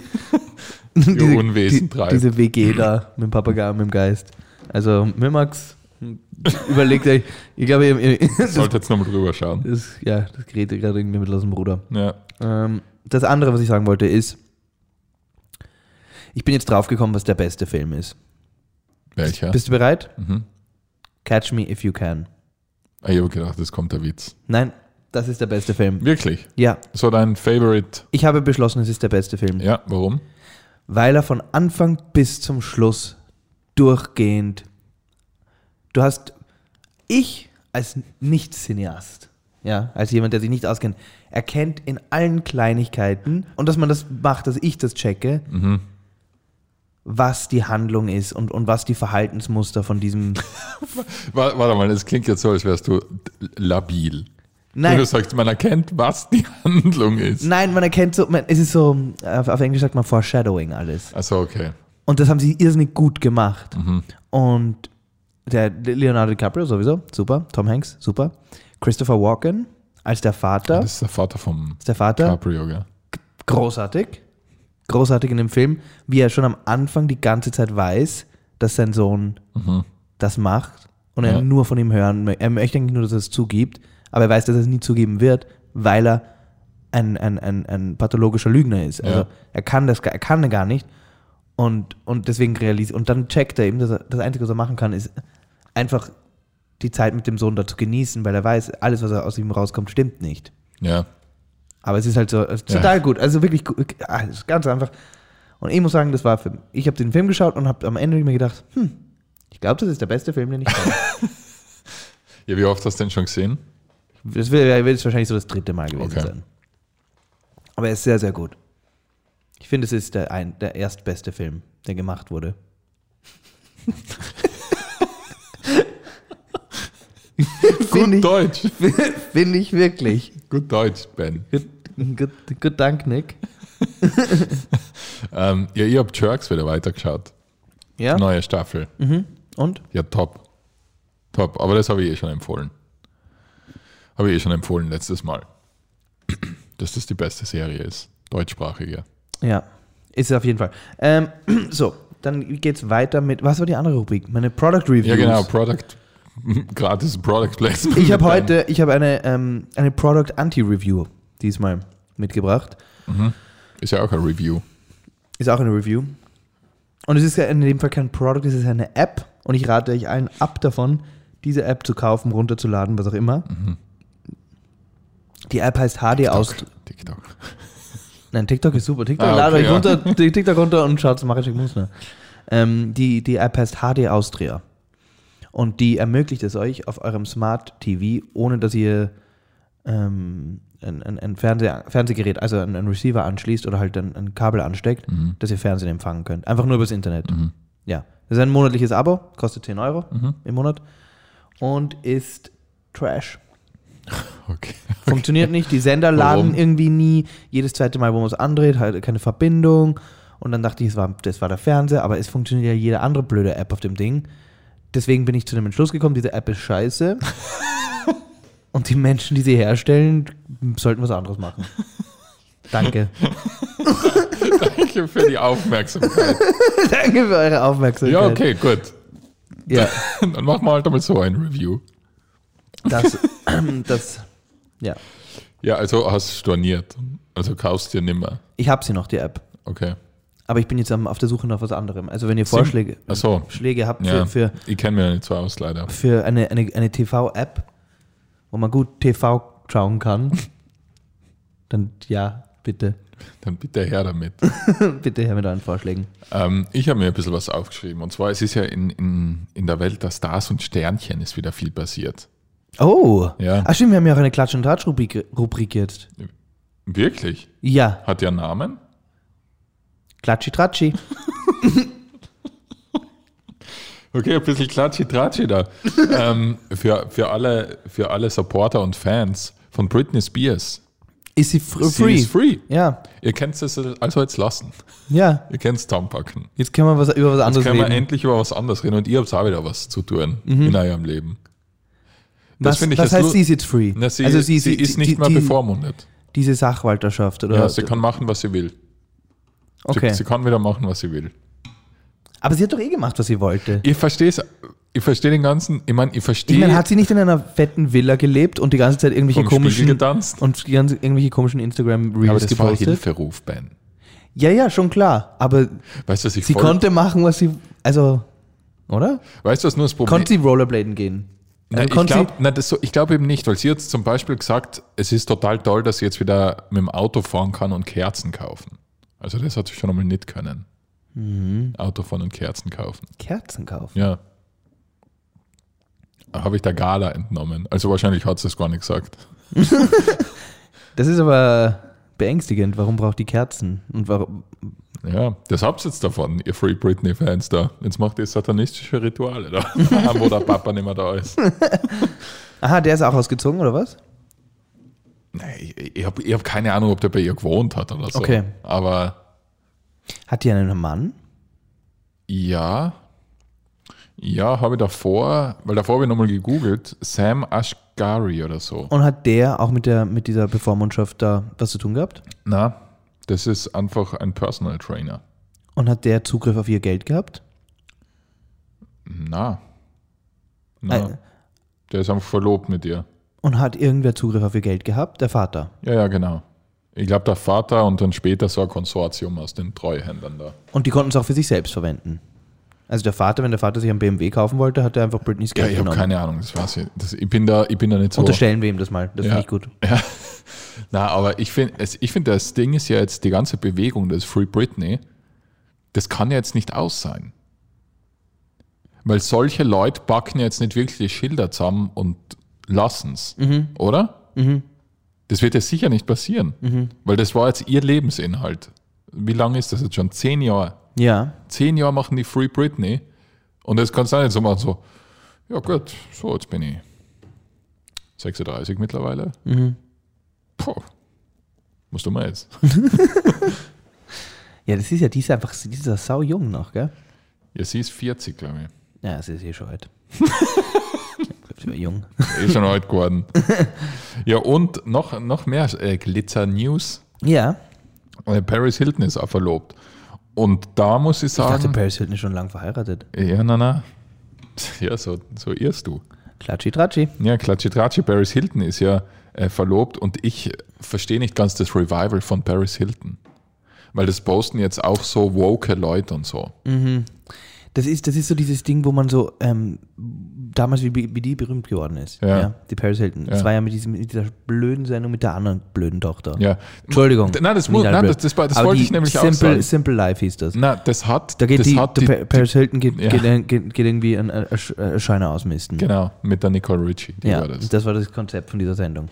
Speaker 2: ihr Unwesen
Speaker 1: die,
Speaker 2: treibt.
Speaker 1: diese WG da mit dem Papagei und mit dem Geist. Also, Mimax, überlegt euch, ich glaube, ihr, ihr, das,
Speaker 2: Sollte jetzt nochmal drüber schauen.
Speaker 1: das, ja, das gerät ihr gerade irgendwie mit aus dem Bruder.
Speaker 2: Ja,
Speaker 1: Ähm, das andere, was ich sagen wollte, ist, ich bin jetzt draufgekommen, was der beste Film ist.
Speaker 2: welcher?
Speaker 1: Bist du bereit?
Speaker 2: Mhm.
Speaker 1: Catch Me If You Can.
Speaker 2: Ah, ich habe gedacht, das kommt der Witz.
Speaker 1: Nein, das ist der beste Film.
Speaker 2: Wirklich?
Speaker 1: Ja,
Speaker 2: So dein Favorite.
Speaker 1: ich habe beschlossen, es ist der beste Film.
Speaker 2: Ja, warum?
Speaker 1: weil er von Anfang bis zum Schluss durchgehend. Du hast ich als Nicht-Cineast, ja, als jemand, der sich nicht auskennt, erkennt in allen Kleinigkeiten und dass man das macht, dass ich das checke, was die Handlung ist und, und was die Verhaltensmuster von diesem.
Speaker 2: Wa- Warte mal, es klingt jetzt so, als wärst du labil. Wenn
Speaker 1: Nein,
Speaker 2: du sagst, man erkennt, was die Handlung ist.
Speaker 1: nein, man erkennt so, man, es ist so, auf auf Englisch sagt man Foreshadowing alles.
Speaker 2: Achso, Also, okay.
Speaker 1: Und das haben sie irrsinnig gut gemacht. Und der Leonardo DiCaprio sowieso, super. Tom Hanks, super. Christopher Walken als der Vater.
Speaker 2: Das ist der Vater vom
Speaker 1: ist der Vater
Speaker 2: Caprio, gell?
Speaker 1: großartig. Großartig in dem Film, wie er schon am Anfang die ganze Zeit weiß, dass sein Sohn das macht und er
Speaker 2: Mhm. Ja.
Speaker 1: nur von ihm hören möchte. Er möchte eigentlich nur, dass er es zugibt, aber er weiß, dass er es nie zugeben wird, weil er ein, ein, ein, ein pathologischer Lügner ist. Also
Speaker 2: Ja.
Speaker 1: er kann das gar- er kann gar nicht und, und deswegen realisiert. Und dann checkt er eben, dass er, das Einzige, was er machen kann, ist einfach die Zeit mit dem Sohn dazu genießen, weil er weiß, alles, was er aus ihm rauskommt, stimmt nicht.
Speaker 2: Ja.
Speaker 1: Aber es ist halt so es ist
Speaker 2: Ja.
Speaker 1: total gut. Also wirklich gut. Ah, es ist ganz einfach. Und ich muss sagen, das war für Ich habe den Film geschaut und habe am Ende mir gedacht, hm, ich glaube, das ist der beste Film, den ich kenne.
Speaker 2: Ja, wie oft hast du den schon gesehen?
Speaker 1: das wird, wird jetzt wahrscheinlich so das dritte Mal gewesen
Speaker 2: Okay.
Speaker 1: sein. Aber er ist sehr, sehr gut. Ich finde, es ist der, ein, der erstbeste Film, der gemacht wurde.
Speaker 2: Gut
Speaker 1: Finde ich,
Speaker 2: Deutsch.
Speaker 1: finde ich wirklich.
Speaker 2: Gut Deutsch, Ben.
Speaker 1: Gut, gut, gut Dank, Nick.
Speaker 2: Ähm, ja, ich habe Jerks wieder weitergeschaut.
Speaker 1: Ja?
Speaker 2: Neue Staffel.
Speaker 1: Und?
Speaker 2: Ja, top. Top. Aber das habe ich eh schon empfohlen. Habe ich eh schon empfohlen letztes Mal. Dass das die beste Serie ist. Deutschsprachige.
Speaker 1: Ja, ist es auf jeden Fall. Ähm, so, dann geht's weiter mit. Was war die andere Rubrik? Meine Product Reviews.
Speaker 2: Ja, genau. Product. Gratis Product Placement.
Speaker 1: Ich habe
Speaker 2: Ben.
Speaker 1: heute, ich habe eine, ähm, eine Product Anti-Review diesmal mitgebracht.
Speaker 2: Mhm. Ist ja auch ein Review.
Speaker 1: Ist auch eine Review. Und es ist ja in dem Fall kein Product, es ist eine App. Und ich rate euch allen ab davon, diese App zu kaufen, runterzuladen, was auch immer.
Speaker 2: Mhm.
Speaker 1: Die App heißt HD aus.
Speaker 2: TikTok.
Speaker 1: Nein, TikTok ist super. TikTok,
Speaker 2: Ah, okay,
Speaker 1: ladet euch
Speaker 2: ja.
Speaker 1: runter, die TikTok runter und schaut zum Marek Musner. Ähm, die, die App heißt HD Austria. Und die ermöglicht es euch auf eurem Smart TV, ohne dass ihr ähm, ein, ein, ein Fernseher, Fernsehgerät, also einen, einen Receiver anschließt oder halt ein, ein Kabel ansteckt,
Speaker 2: Mhm.
Speaker 1: dass ihr Fernsehen empfangen könnt. Einfach nur übers Internet. Ja. Das ist ein monatliches Abo, kostet 10 Euro
Speaker 2: Mhm.
Speaker 1: im Monat und ist Trash.
Speaker 2: Okay.
Speaker 1: Funktioniert nicht. Die Sender
Speaker 2: Warum?
Speaker 1: laden irgendwie nie. Jedes zweite Mal, wo man es andreht, halt keine Verbindung. Und dann dachte ich, es war, das war der Fernseher, aber es funktioniert ja jede andere blöde App auf dem Ding. Deswegen bin ich zu dem Entschluss gekommen, diese App ist scheiße. Und die Menschen, die sie herstellen, sollten was anderes machen. Danke.
Speaker 2: Danke für die Aufmerksamkeit.
Speaker 1: Danke für eure Aufmerksamkeit.
Speaker 2: Ja, okay, gut.
Speaker 1: Ja,
Speaker 2: Dann machen wir halt einmal so ein Review.
Speaker 1: das, das, ja.
Speaker 2: Ja, also hast storniert. Also kaufst dir nimmer.
Speaker 1: Ich habe sie noch, die App.
Speaker 2: Okay.
Speaker 1: Aber ich bin jetzt am, auf der Suche nach was anderem. Also wenn ihr Vorschläge
Speaker 2: Achso.
Speaker 1: Schläge habt
Speaker 2: Ja.
Speaker 1: für, für
Speaker 2: Ich kenne mir nicht so aus, leider.
Speaker 1: für eine, eine, eine TV-App, wo man gut TV schauen kann, dann ja, bitte.
Speaker 2: Dann bitte her damit.
Speaker 1: bitte her mit euren Vorschlägen.
Speaker 2: ähm, ich habe mir ein bisschen was aufgeschrieben. Und zwar, es ist ja in, in, in der Welt der Stars und Sternchen ist wieder viel passiert.
Speaker 1: Oh!
Speaker 2: Ja.
Speaker 1: Ach stimmt, wir haben ja auch eine Klatsch- und Tratsch-Rubrik Rubrik jetzt.
Speaker 2: Wirklich?
Speaker 1: Ja,
Speaker 2: Hat ja einen Namen?
Speaker 1: Klatschi-Tratschi.
Speaker 2: Okay, ein bisschen Klatschi-Tratschi da. ähm, für, für, alle, für alle Supporter und Fans von Britney Spears.
Speaker 1: Ist sie, fr
Speaker 2: Sie
Speaker 1: Oh, free?
Speaker 2: ist free.
Speaker 1: Ja,
Speaker 2: Ihr könnt es also jetzt lassen.
Speaker 1: ja.
Speaker 2: Ihr könnt es zusammenpacken.
Speaker 1: Jetzt können wir was, über was
Speaker 2: Jetzt
Speaker 1: anderes
Speaker 2: können wir
Speaker 1: reden.
Speaker 2: endlich über was anderes reden. Und ihr habt auch wieder was zu tun in eurem Leben. das
Speaker 1: Mhm. Was,
Speaker 2: finde ich
Speaker 1: was
Speaker 2: das
Speaker 1: heißt,
Speaker 2: lu-
Speaker 1: sie ist jetzt free?
Speaker 2: Na, sie, also sie, ist
Speaker 1: die-
Speaker 2: nicht mehr
Speaker 1: die,
Speaker 2: bevormundet.
Speaker 1: Diese Sachwalterschaft, oder?
Speaker 2: Ja, sie kann machen, was sie will.
Speaker 1: okay.
Speaker 2: Sie, sie kann wieder machen, was sie will.
Speaker 1: Aber sie hat doch eh gemacht, was sie wollte.
Speaker 2: Ich verstehe es. Ich verstehe den ganzen. Ich meine, ich
Speaker 1: Ich
Speaker 2: verstehe.
Speaker 1: meine, hat sie nicht in einer fetten Villa gelebt und die ganze Zeit irgendwelche
Speaker 2: Vom Spiegel
Speaker 1: komischen
Speaker 2: getanzt?
Speaker 1: und die ganze, irgendwelche komischen Instagram
Speaker 2: aber halt
Speaker 1: Reels
Speaker 2: das war
Speaker 1: gepostet?
Speaker 2: Hilferuf, Ben.
Speaker 1: Ja, ja, schon klar, aber
Speaker 2: Weißt du, was ich
Speaker 1: sie
Speaker 2: voll-
Speaker 1: konnte machen, was sie also, oder?
Speaker 2: Weißt du, was nur das Problem
Speaker 1: Konnte sie Rollerbladen gehen?
Speaker 2: Nein,
Speaker 1: Also
Speaker 2: ich
Speaker 1: konnte
Speaker 2: glaube so, ich glaub eben nicht, weil sie jetzt zum Beispiel gesagt, es ist total toll, dass sie jetzt wieder mit dem Auto fahren kann und Kerzen kaufen. Also das hat sie schon einmal nicht können.
Speaker 1: Mhm.
Speaker 2: Auto fahren und Kerzen kaufen.
Speaker 1: sie Kerzen kaufen.
Speaker 2: Ja. Habe ich der Gala entnommen. Also wahrscheinlich hat sie es gar nicht gesagt.
Speaker 1: Das ist aber beängstigend. Warum braucht die Kerzen? Und warum?
Speaker 2: Ja, das habt ihr jetzt davon, ihr Free Britney-Fans da. Jetzt macht ihr satanistische Rituale da, wo der Papa nicht mehr da ist.
Speaker 1: Aha, der ist auch ausgezogen oder was?
Speaker 2: Nein, ich, ich habe ich hab keine Ahnung, ob der bei ihr gewohnt hat oder so.
Speaker 1: Okay.
Speaker 2: Aber
Speaker 1: Hat die einen Mann?
Speaker 2: Ja. Ja, habe ich davor, weil davor habe ich nochmal gegoogelt, Sam Ashgari oder so.
Speaker 1: Und hat der auch mit, der, mit dieser Bevormundschaft da was zu tun gehabt?
Speaker 2: Na, das ist einfach ein Personal Trainer.
Speaker 1: Und hat der Zugriff auf ihr Geld gehabt?
Speaker 2: Na. Na.
Speaker 1: Nein.
Speaker 2: Der ist einfach verlobt mit ihr.
Speaker 1: Und hat irgendwer Zugriff auf ihr Geld gehabt? Der Vater.
Speaker 2: Ja, ja, genau. Ich glaube, der Vater und dann später so ein Konsortium aus den Treuhändern da.
Speaker 1: Und die konnten es auch für sich selbst verwenden. Also der Vater, wenn der Vater sich einen BMW kaufen wollte, hat er einfach Britneys
Speaker 2: Ja,
Speaker 1: Geld
Speaker 2: ich habe
Speaker 1: genommen.
Speaker 2: keine Ahnung, das weiß ich. Das, ich, bin da, ich bin da nicht so.
Speaker 1: Unterstellen wir ihm das mal. Das
Speaker 2: Ja.
Speaker 1: finde ich gut.
Speaker 2: Ja. Na, aber ich finde, ich find, das Ding ist ja jetzt die ganze Bewegung des Free Britney, das kann ja jetzt nicht aus sein. Weil solche Leute backen ja jetzt nicht wirklich die Schilder zusammen und lassen's, oder?
Speaker 1: Mhm.
Speaker 2: Das wird ja sicher nicht passieren, weil das war jetzt ihr Lebensinhalt. Wie lange ist das jetzt schon? Zehn Jahre.
Speaker 1: Ja.
Speaker 2: Zehn Jahre machen die Free Britney und das kannst du auch nicht so machen, so, ja gut, so jetzt bin ich 36 mittlerweile.
Speaker 1: mhm.
Speaker 2: Puh, musst du mal jetzt.
Speaker 1: Ja, das ist ja, die ist einfach, die ist ja sau jung noch, gell?
Speaker 2: Ja, sie ist 40, glaube
Speaker 1: Ja, sie ist eh schon alt. Ich bin jung.
Speaker 2: ich. Ist schon alt geworden. Ja, und noch, noch mehr äh, Glitzer-News.
Speaker 1: Ja.
Speaker 2: Äh, Paris Hilton ist auch verlobt. Und da muss ich
Speaker 1: Ich dachte,
Speaker 2: sagen,
Speaker 1: Paris Hilton ist schon lang verheiratet.
Speaker 2: ja, na, na. Ja, so, so irrst du.
Speaker 1: Klatschi Tratschi.
Speaker 2: Ja, Klatschitratschi, Paris Hilton ist ja äh, verlobt und ich verstehe nicht ganz das Revival von Paris Hilton. Weil das posten jetzt auch so woke Leute und so.
Speaker 1: Das ist, das ist so dieses Ding, wo man so ähm, damals wie, wie die berühmt geworden ist.
Speaker 2: Ja.
Speaker 1: die Paris Hilton. Das
Speaker 2: Ja.
Speaker 1: war ja mit, diesem, mit dieser blöden Sendung mit der anderen blöden Tochter.
Speaker 2: Ja.
Speaker 1: Entschuldigung.
Speaker 2: Nein, das muss-
Speaker 1: Nicht
Speaker 2: nein,
Speaker 1: alle
Speaker 2: das-
Speaker 1: blöd.
Speaker 2: das war- das
Speaker 1: Aber
Speaker 2: wollte
Speaker 1: die
Speaker 2: ich nämlich auch
Speaker 1: simple,
Speaker 2: sagen.
Speaker 1: Simple Life hieß das.
Speaker 2: Na, das hat.
Speaker 1: Da geht
Speaker 2: das
Speaker 1: die,
Speaker 2: hat
Speaker 1: die, Pa- Paris Hilton geht,
Speaker 2: Ja.
Speaker 1: geht, ein- geht, geht irgendwie ein äh, Sch- äh, Scheiner ausmisten.
Speaker 2: Genau, mit der Nicole Richie. Die
Speaker 1: Ja,
Speaker 2: war
Speaker 1: das.
Speaker 2: das.
Speaker 1: war das Konzept von dieser Sendung.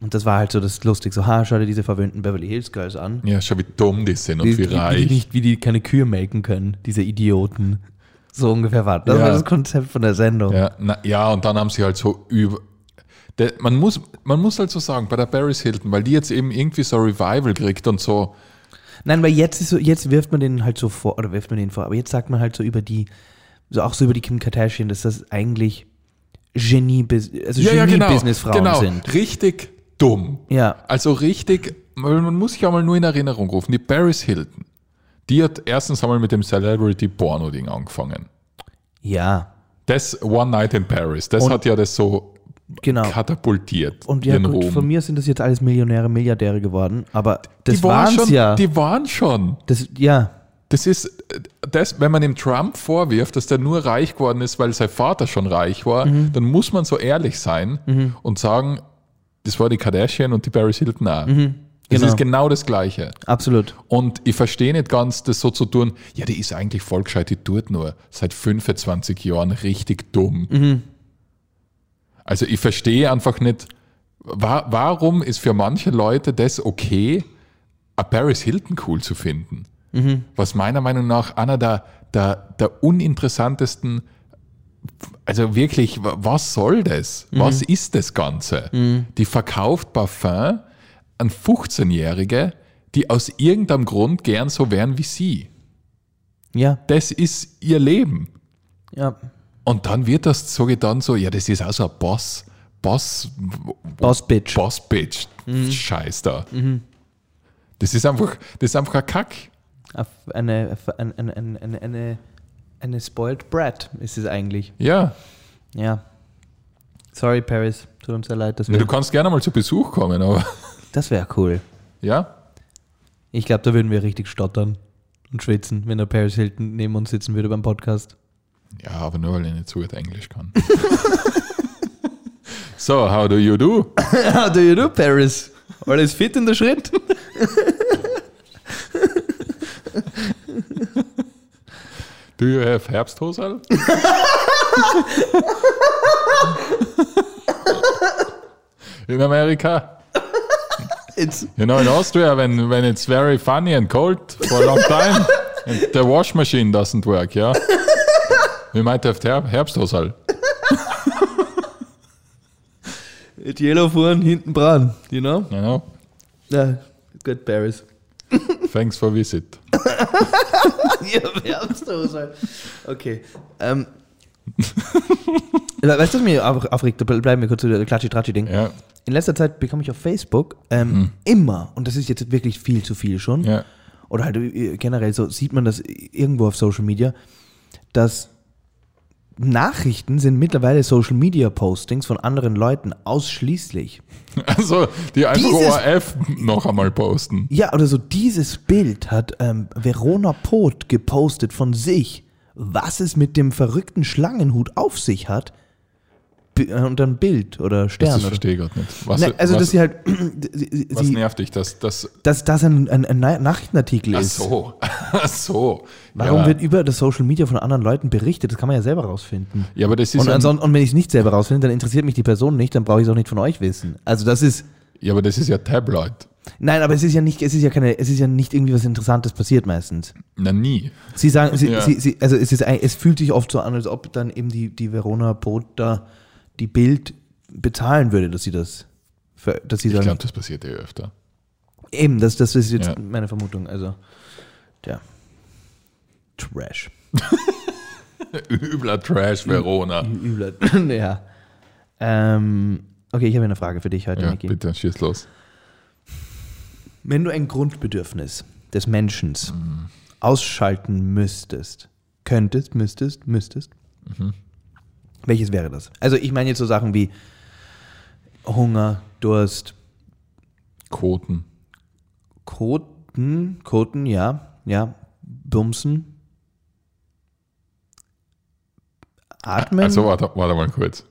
Speaker 1: Und das war halt so das lustig, so, ha, schau dir diese verwöhnten Beverly Hills Girls an.
Speaker 2: Ja, schau, wie dumm die sind und
Speaker 1: Die,
Speaker 2: wie
Speaker 1: die, die,
Speaker 2: reich.
Speaker 1: nicht, wie die keine Kühe melken können, diese Idioten. So ungefähr war das. Das
Speaker 2: Ja.
Speaker 1: war das Konzept von der Sendung.
Speaker 2: Ja, na, ja, und dann haben sie halt so über. Der, man, muss, man muss halt so sagen, bei der Paris Hilton, weil die jetzt eben irgendwie so ein Revival kriegt und so.
Speaker 1: Nein, weil jetzt ist so, jetzt wirft man den halt so vor, oder wirft man den vor, aber jetzt sagt man halt so über die, so auch so über die Kim Kardashian, dass das eigentlich Genie, also Genie-Businessfrauen
Speaker 2: genau,
Speaker 1: sind.
Speaker 2: Richtig dumm.
Speaker 1: Ja.
Speaker 2: Also richtig, weil man muss sich auch mal nur in Erinnerung rufen, die Paris Hilton, die hat erstens einmal mit dem Celebrity-Porno-Ding angefangen.
Speaker 1: Ja,
Speaker 2: Das One Night in Paris, das
Speaker 1: Und-
Speaker 2: hat ja das so
Speaker 1: genau.
Speaker 2: katapultiert,
Speaker 1: Und ja,
Speaker 2: ihren
Speaker 1: gut,
Speaker 2: Ruhm.
Speaker 1: von mir sind das jetzt alles Millionäre, Milliardäre geworden, aber das
Speaker 2: die, waren
Speaker 1: waren's
Speaker 2: schon,
Speaker 1: ja.
Speaker 2: die waren schon.
Speaker 1: Das, ja,
Speaker 2: Das ist, äh, das, wenn man dem Trump vorwirft, dass der nur reich geworden ist, weil sein Vater schon reich war, dann muss man so ehrlich sein und sagen, das war die Kardashian und die Paris Hilton auch. Das
Speaker 1: genau.
Speaker 2: ist genau das Gleiche.
Speaker 1: absolut.
Speaker 2: Und ich verstehe nicht ganz, das so zu tun. Ja, die ist eigentlich voll gescheit, die tut nur seit 25 Jahren richtig dumm. Also ich verstehe einfach nicht, wa warum ist für manche Leute das okay, a Paris Hilton cool zu finden? Was meiner Meinung nach einer der, der, der uninteressantesten, also wirklich, wa- was soll das? Was ist das Ganze? Die verkauft Parfum an 15-Jährige, die aus irgendeinem Grund gern so wären wie sie.
Speaker 1: Ja,
Speaker 2: Das ist ihr Leben.
Speaker 1: ja.
Speaker 2: Und dann wird das so getan, so, ja, das ist auch so ein Boss, Boss,
Speaker 1: Boss Bitch.
Speaker 2: Boss-Bitch, Scheiß da. Das ist einfach, das ist einfach ein Kack.
Speaker 1: Eine, eine, eine, eine, eine, eine spoiled brat ist es eigentlich.
Speaker 2: Ja.
Speaker 1: Ja. Sorry, Paris. Tut uns sehr leid, dass
Speaker 2: ja.
Speaker 1: wir.
Speaker 2: Du kannst gerne mal zu Besuch kommen, aber
Speaker 1: Das wäre cool.
Speaker 2: ja,
Speaker 1: Ich glaube, da würden wir richtig stottern und schwitzen, wenn der Paris Hilton neben uns sitzen würde beim Podcast.
Speaker 2: ja, aber nur weil ich nicht so gut Englisch kann. so, how do you do?
Speaker 1: How do you do, Paris? Alles fit in der Schritt?
Speaker 2: Do you have Herbsthosal? in Amerika?
Speaker 1: It's,
Speaker 2: You know, in Austria, when, when it's very funny and cold for a long time, and the wash machine doesn't work, yeah? We might have Herb Herbsthosal.
Speaker 1: it's yellow vorn, hinten braun. You know?
Speaker 2: You know?
Speaker 1: Ja, good, Paris.
Speaker 2: Thanks for visit.
Speaker 1: Ihr Wärmsdose. Okay. Ähm. weißt du, was mich auf- aufregt? Ble- Bleiben wir kurz zu der Klatschi-Tratschi-Ding.
Speaker 2: Ja, Hm.
Speaker 1: In letzter Zeit bekomme ich auf Facebook ähm, immer, und das ist jetzt wirklich viel zu viel schon,
Speaker 2: ja.
Speaker 1: oder halt äh, generell so, sieht man das irgendwo auf Social Media, dass Nachrichten sind mittlerweile Social Media Postings von anderen Leuten ausschließlich.
Speaker 2: Also, die einfach
Speaker 1: Dieses-
Speaker 2: ORF noch einmal posten.
Speaker 1: Ja, oder so dieses Bild hat ähm, Verona Poth gepostet von sich, was es mit dem verrückten Schlangenhut auf sich hat. B äh, und dann Bild oder
Speaker 2: Das
Speaker 1: Stern. Oder
Speaker 2: verstehe ich gerade nicht. Was,
Speaker 1: Na, also,
Speaker 2: was,
Speaker 1: dass sie halt, sie,
Speaker 2: was
Speaker 1: sie-
Speaker 2: nervt dich? Dass, dass,
Speaker 1: dass das ein, ein, ein Nachrichtenartikel
Speaker 2: ach
Speaker 1: ist.
Speaker 2: so. Ach so.
Speaker 1: Warum
Speaker 2: ja.
Speaker 1: wird über das Social Media von anderen Leuten berichtet? Das kann man ja selber rausfinden.
Speaker 2: ja, aber das ist
Speaker 1: Und,
Speaker 2: ein-
Speaker 1: ansonsten, und wenn ich es nicht selber rausfinde, dann interessiert mich die Person nicht, dann brauche ich es auch nicht von euch wissen. Also das ist.
Speaker 2: Ja, aber das ist ja Tabloid.
Speaker 1: Nein, aber es ist ja nicht, es ist ja keine, es ist ja nicht irgendwie was Interessantes passiert meistens.
Speaker 2: Na nie.
Speaker 1: Sie sagen, sie,
Speaker 2: Ja.
Speaker 1: sie, sie, also es, ist, ein- es fühlt sich oft so an, als ob dann eben die, die Verona Pot da die Bild bezahlen würde, dass sie das, ver- dass sie
Speaker 2: Ich
Speaker 1: sagen,
Speaker 2: glaube, das passiert eh öfter.
Speaker 1: eben, das, das ist jetzt
Speaker 2: Ja.
Speaker 1: meine Vermutung. Also, tja, Trash.
Speaker 2: Übler Trash Verona.
Speaker 1: Übler. ja. Ähm, okay, ich habe eine Frage für dich heute,
Speaker 2: Ja,
Speaker 1: Niki.
Speaker 2: bitte, schieß los.
Speaker 1: Wenn du ein Grundbedürfnis des Menschen ausschalten müsstest, könntest, müsstest, müsstest,
Speaker 2: Mhm.
Speaker 1: welches wäre das? Also ich meine jetzt so Sachen wie Hunger, Durst,
Speaker 2: Koten.
Speaker 1: Koten, Koten, ja, ja, Bumsen, Atmen.
Speaker 2: Also, warte, warte mal kurz.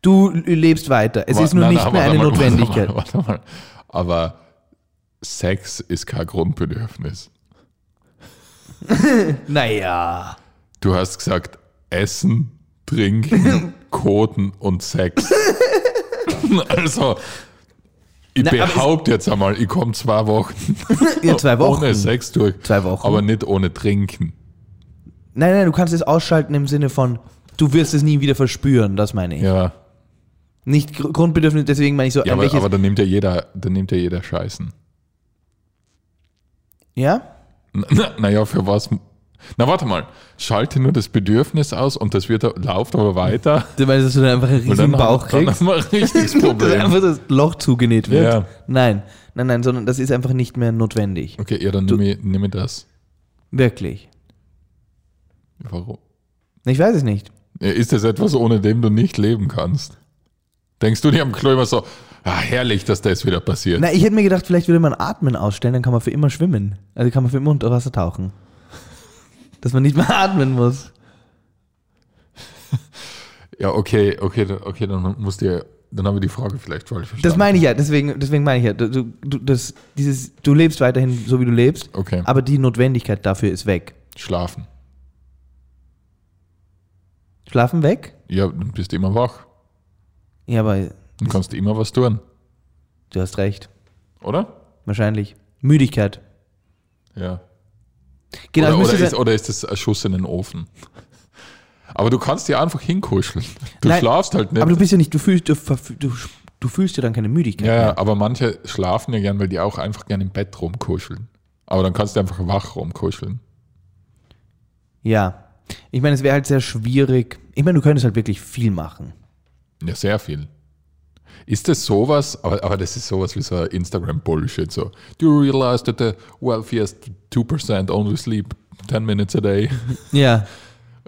Speaker 1: du lebst weiter. Es
Speaker 2: Wa-
Speaker 1: ist nur
Speaker 2: nein,
Speaker 1: nicht
Speaker 2: nein,
Speaker 1: mehr
Speaker 2: warte
Speaker 1: eine
Speaker 2: mal, warte mal,
Speaker 1: Notwendigkeit.
Speaker 2: Warte mal, Aber Sex ist kein Grundbedürfnis.
Speaker 1: Naja.
Speaker 2: Du hast gesagt, Essen, Trinken, Koten und Sex. also, ich
Speaker 1: Na, aber es-
Speaker 2: behaupte jetzt einmal, ich komme zwei Wochen,
Speaker 1: Ja, zwei Wochen.
Speaker 2: ohne Sex durch.
Speaker 1: Zwei Wochen.
Speaker 2: Aber nicht ohne Trinken.
Speaker 1: Nein, nein, du kannst es ausschalten im Sinne von, du wirst es nie wieder verspüren, das meine ich.
Speaker 2: Ja,
Speaker 1: Nicht Gr- Grundbedürfnis, deswegen meine ich so,
Speaker 2: ja
Speaker 1: an
Speaker 2: aber,
Speaker 1: welches.
Speaker 2: aber dann nimmt ja jeder, dann nimmt ja jeder Scheißen.
Speaker 1: ja?
Speaker 2: Naja, na ja, für was? Na, warte mal. Schalte nur das Bedürfnis aus und das wird, läuft aber weiter.
Speaker 1: Du meinst, dass du dann einfach einen
Speaker 2: Und
Speaker 1: riesen
Speaker 2: haben-
Speaker 1: Bauch
Speaker 2: dann
Speaker 1: kriegst?
Speaker 2: haben wir ein richtiges
Speaker 1: Dass
Speaker 2: Problem.
Speaker 1: einfach das Loch zugenäht wird?
Speaker 2: Ja.
Speaker 1: Nein, nein, nein, sondern das ist einfach nicht mehr notwendig.
Speaker 2: Okay, ja, dann nimm ich, nimm ich das.
Speaker 1: Wirklich.
Speaker 2: Warum?
Speaker 1: Ich weiß es nicht.
Speaker 2: Ja, Ist das etwas, ohne dem du nicht leben kannst? Denkst du dir am Klo immer so, ah, herrlich, dass das wieder passiert?
Speaker 1: Na, ich hätte mir gedacht, vielleicht würde man Atmen ausstellen, dann kann man für immer schwimmen. Also kann man für immer unter Wasser tauchen. Dass man nicht mehr atmen muss.
Speaker 2: Ja, okay, okay, da- okay, dann musst du, dann habe ich die Frage vielleicht falsch verstanden.
Speaker 1: Das meine ich ja, deswegen, deswegen meine ich ja. Du, du, du- das, dieses, du lebst weiterhin so, wie du lebst,
Speaker 2: Okay.
Speaker 1: aber die Notwendigkeit dafür ist weg.
Speaker 2: Schlafen.
Speaker 1: Schlafen weg?
Speaker 2: Ja, dann bist du immer wach.
Speaker 1: Ja, aber
Speaker 2: Dann kannst du immer was tun,
Speaker 1: du hast recht.
Speaker 2: oder?
Speaker 1: Wahrscheinlich. Müdigkeit.
Speaker 2: Ja.
Speaker 1: Genau, ich
Speaker 2: oder, oder,
Speaker 1: müsste
Speaker 2: ist,
Speaker 1: sagen-
Speaker 2: oder ist das ein Schuss in den Ofen? Aber du kannst dir einfach hinkuscheln. Du
Speaker 1: Nein,
Speaker 2: schlafst halt nicht.
Speaker 1: aber du bist ja nicht, du fühlst, du, verf- du, sch- du fühlst ja dann keine Müdigkeit.
Speaker 2: Ja,
Speaker 1: mehr.
Speaker 2: ja, aber manche schlafen ja gern, weil die auch einfach gern im Bett rumkuscheln. Aber dann kannst du einfach wach rumkuscheln.
Speaker 1: ja. Ich meine, es wäre halt sehr schwierig. Ich meine, du könntest halt wirklich viel machen.
Speaker 2: Ja, sehr viel. Ist das sowas, aber, aber das ist sowas wie so ein Instagram-Bullshit, so. Do you realize that the wealthiest 2% only sleep 10 minutes a day?
Speaker 1: Ja.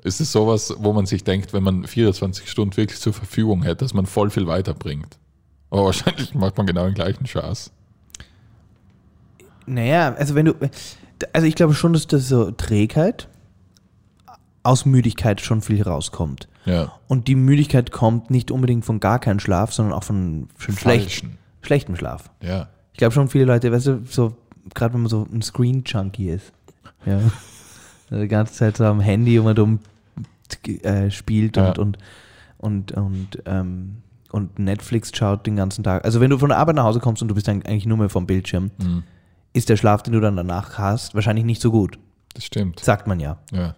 Speaker 2: Ist das sowas, wo man sich denkt, wenn man 24 Stunden wirklich zur Verfügung hätte, dass man voll viel weiterbringt? Aber wahrscheinlich macht man genau den gleichen Schaß.
Speaker 1: Naja, also wenn du. Also ich glaube schon, dass das so Trägheit aus Müdigkeit schon viel rauskommt.
Speaker 2: Ja.
Speaker 1: Und die Müdigkeit kommt nicht unbedingt von gar keinem Schlaf, sondern auch von schon schlecht,
Speaker 2: Falschen.
Speaker 1: schlechtem Schlaf.
Speaker 2: Ja.
Speaker 1: Ich glaube schon viele Leute, weißt du, so, gerade wenn man so ein Screen-Junkie ist. Ja. Also Die ganze Zeit so am Handy immer dumm äh, spielt und,
Speaker 2: Ja.
Speaker 1: und, und, und, ähm, und Netflix schaut den ganzen Tag. Also wenn du von der Arbeit nach Hause kommst und du bist dann eigentlich nur mehr vom Bildschirm,
Speaker 2: Mhm.
Speaker 1: ist der Schlaf, den du dann danach hast, wahrscheinlich nicht so gut.
Speaker 2: Das stimmt.
Speaker 1: Sagt man ja.
Speaker 2: Ja.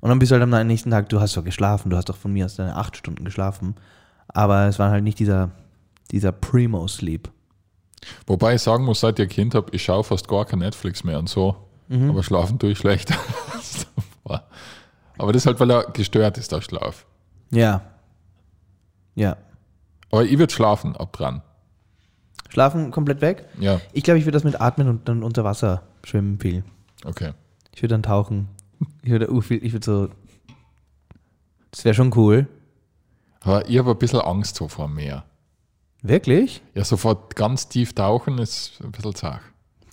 Speaker 1: Und dann bist du halt am nächsten Tag, du hast doch geschlafen, du hast doch von mir aus deine acht Stunden geschlafen. Aber es war halt nicht dieser, dieser Primo-Sleep.
Speaker 2: Wobei ich sagen muss, seit ich ein Kind habe, ich schaue fast gar kein Netflix mehr und so. aber schlafen tue ich schlechter. als davor. aber das ist halt, weil er gestört ist, der Schlaf.
Speaker 1: Ja. Ja.
Speaker 2: Aber ich würde schlafen ab dran.
Speaker 1: Schlafen komplett weg?
Speaker 2: Ja,
Speaker 1: Ich glaube, ich würde das mit Atmen und dann unter Wasser schwimmen viel.
Speaker 2: okay.
Speaker 1: Ich würde dann tauchen. Ich würde uh, viel, ich würde so. Das wäre schon cool.
Speaker 2: Aber ich habe ein bisschen Angst so vor dem Meer.
Speaker 1: Wirklich?
Speaker 2: Ja, sofort ganz tief tauchen ist ein bisschen zart.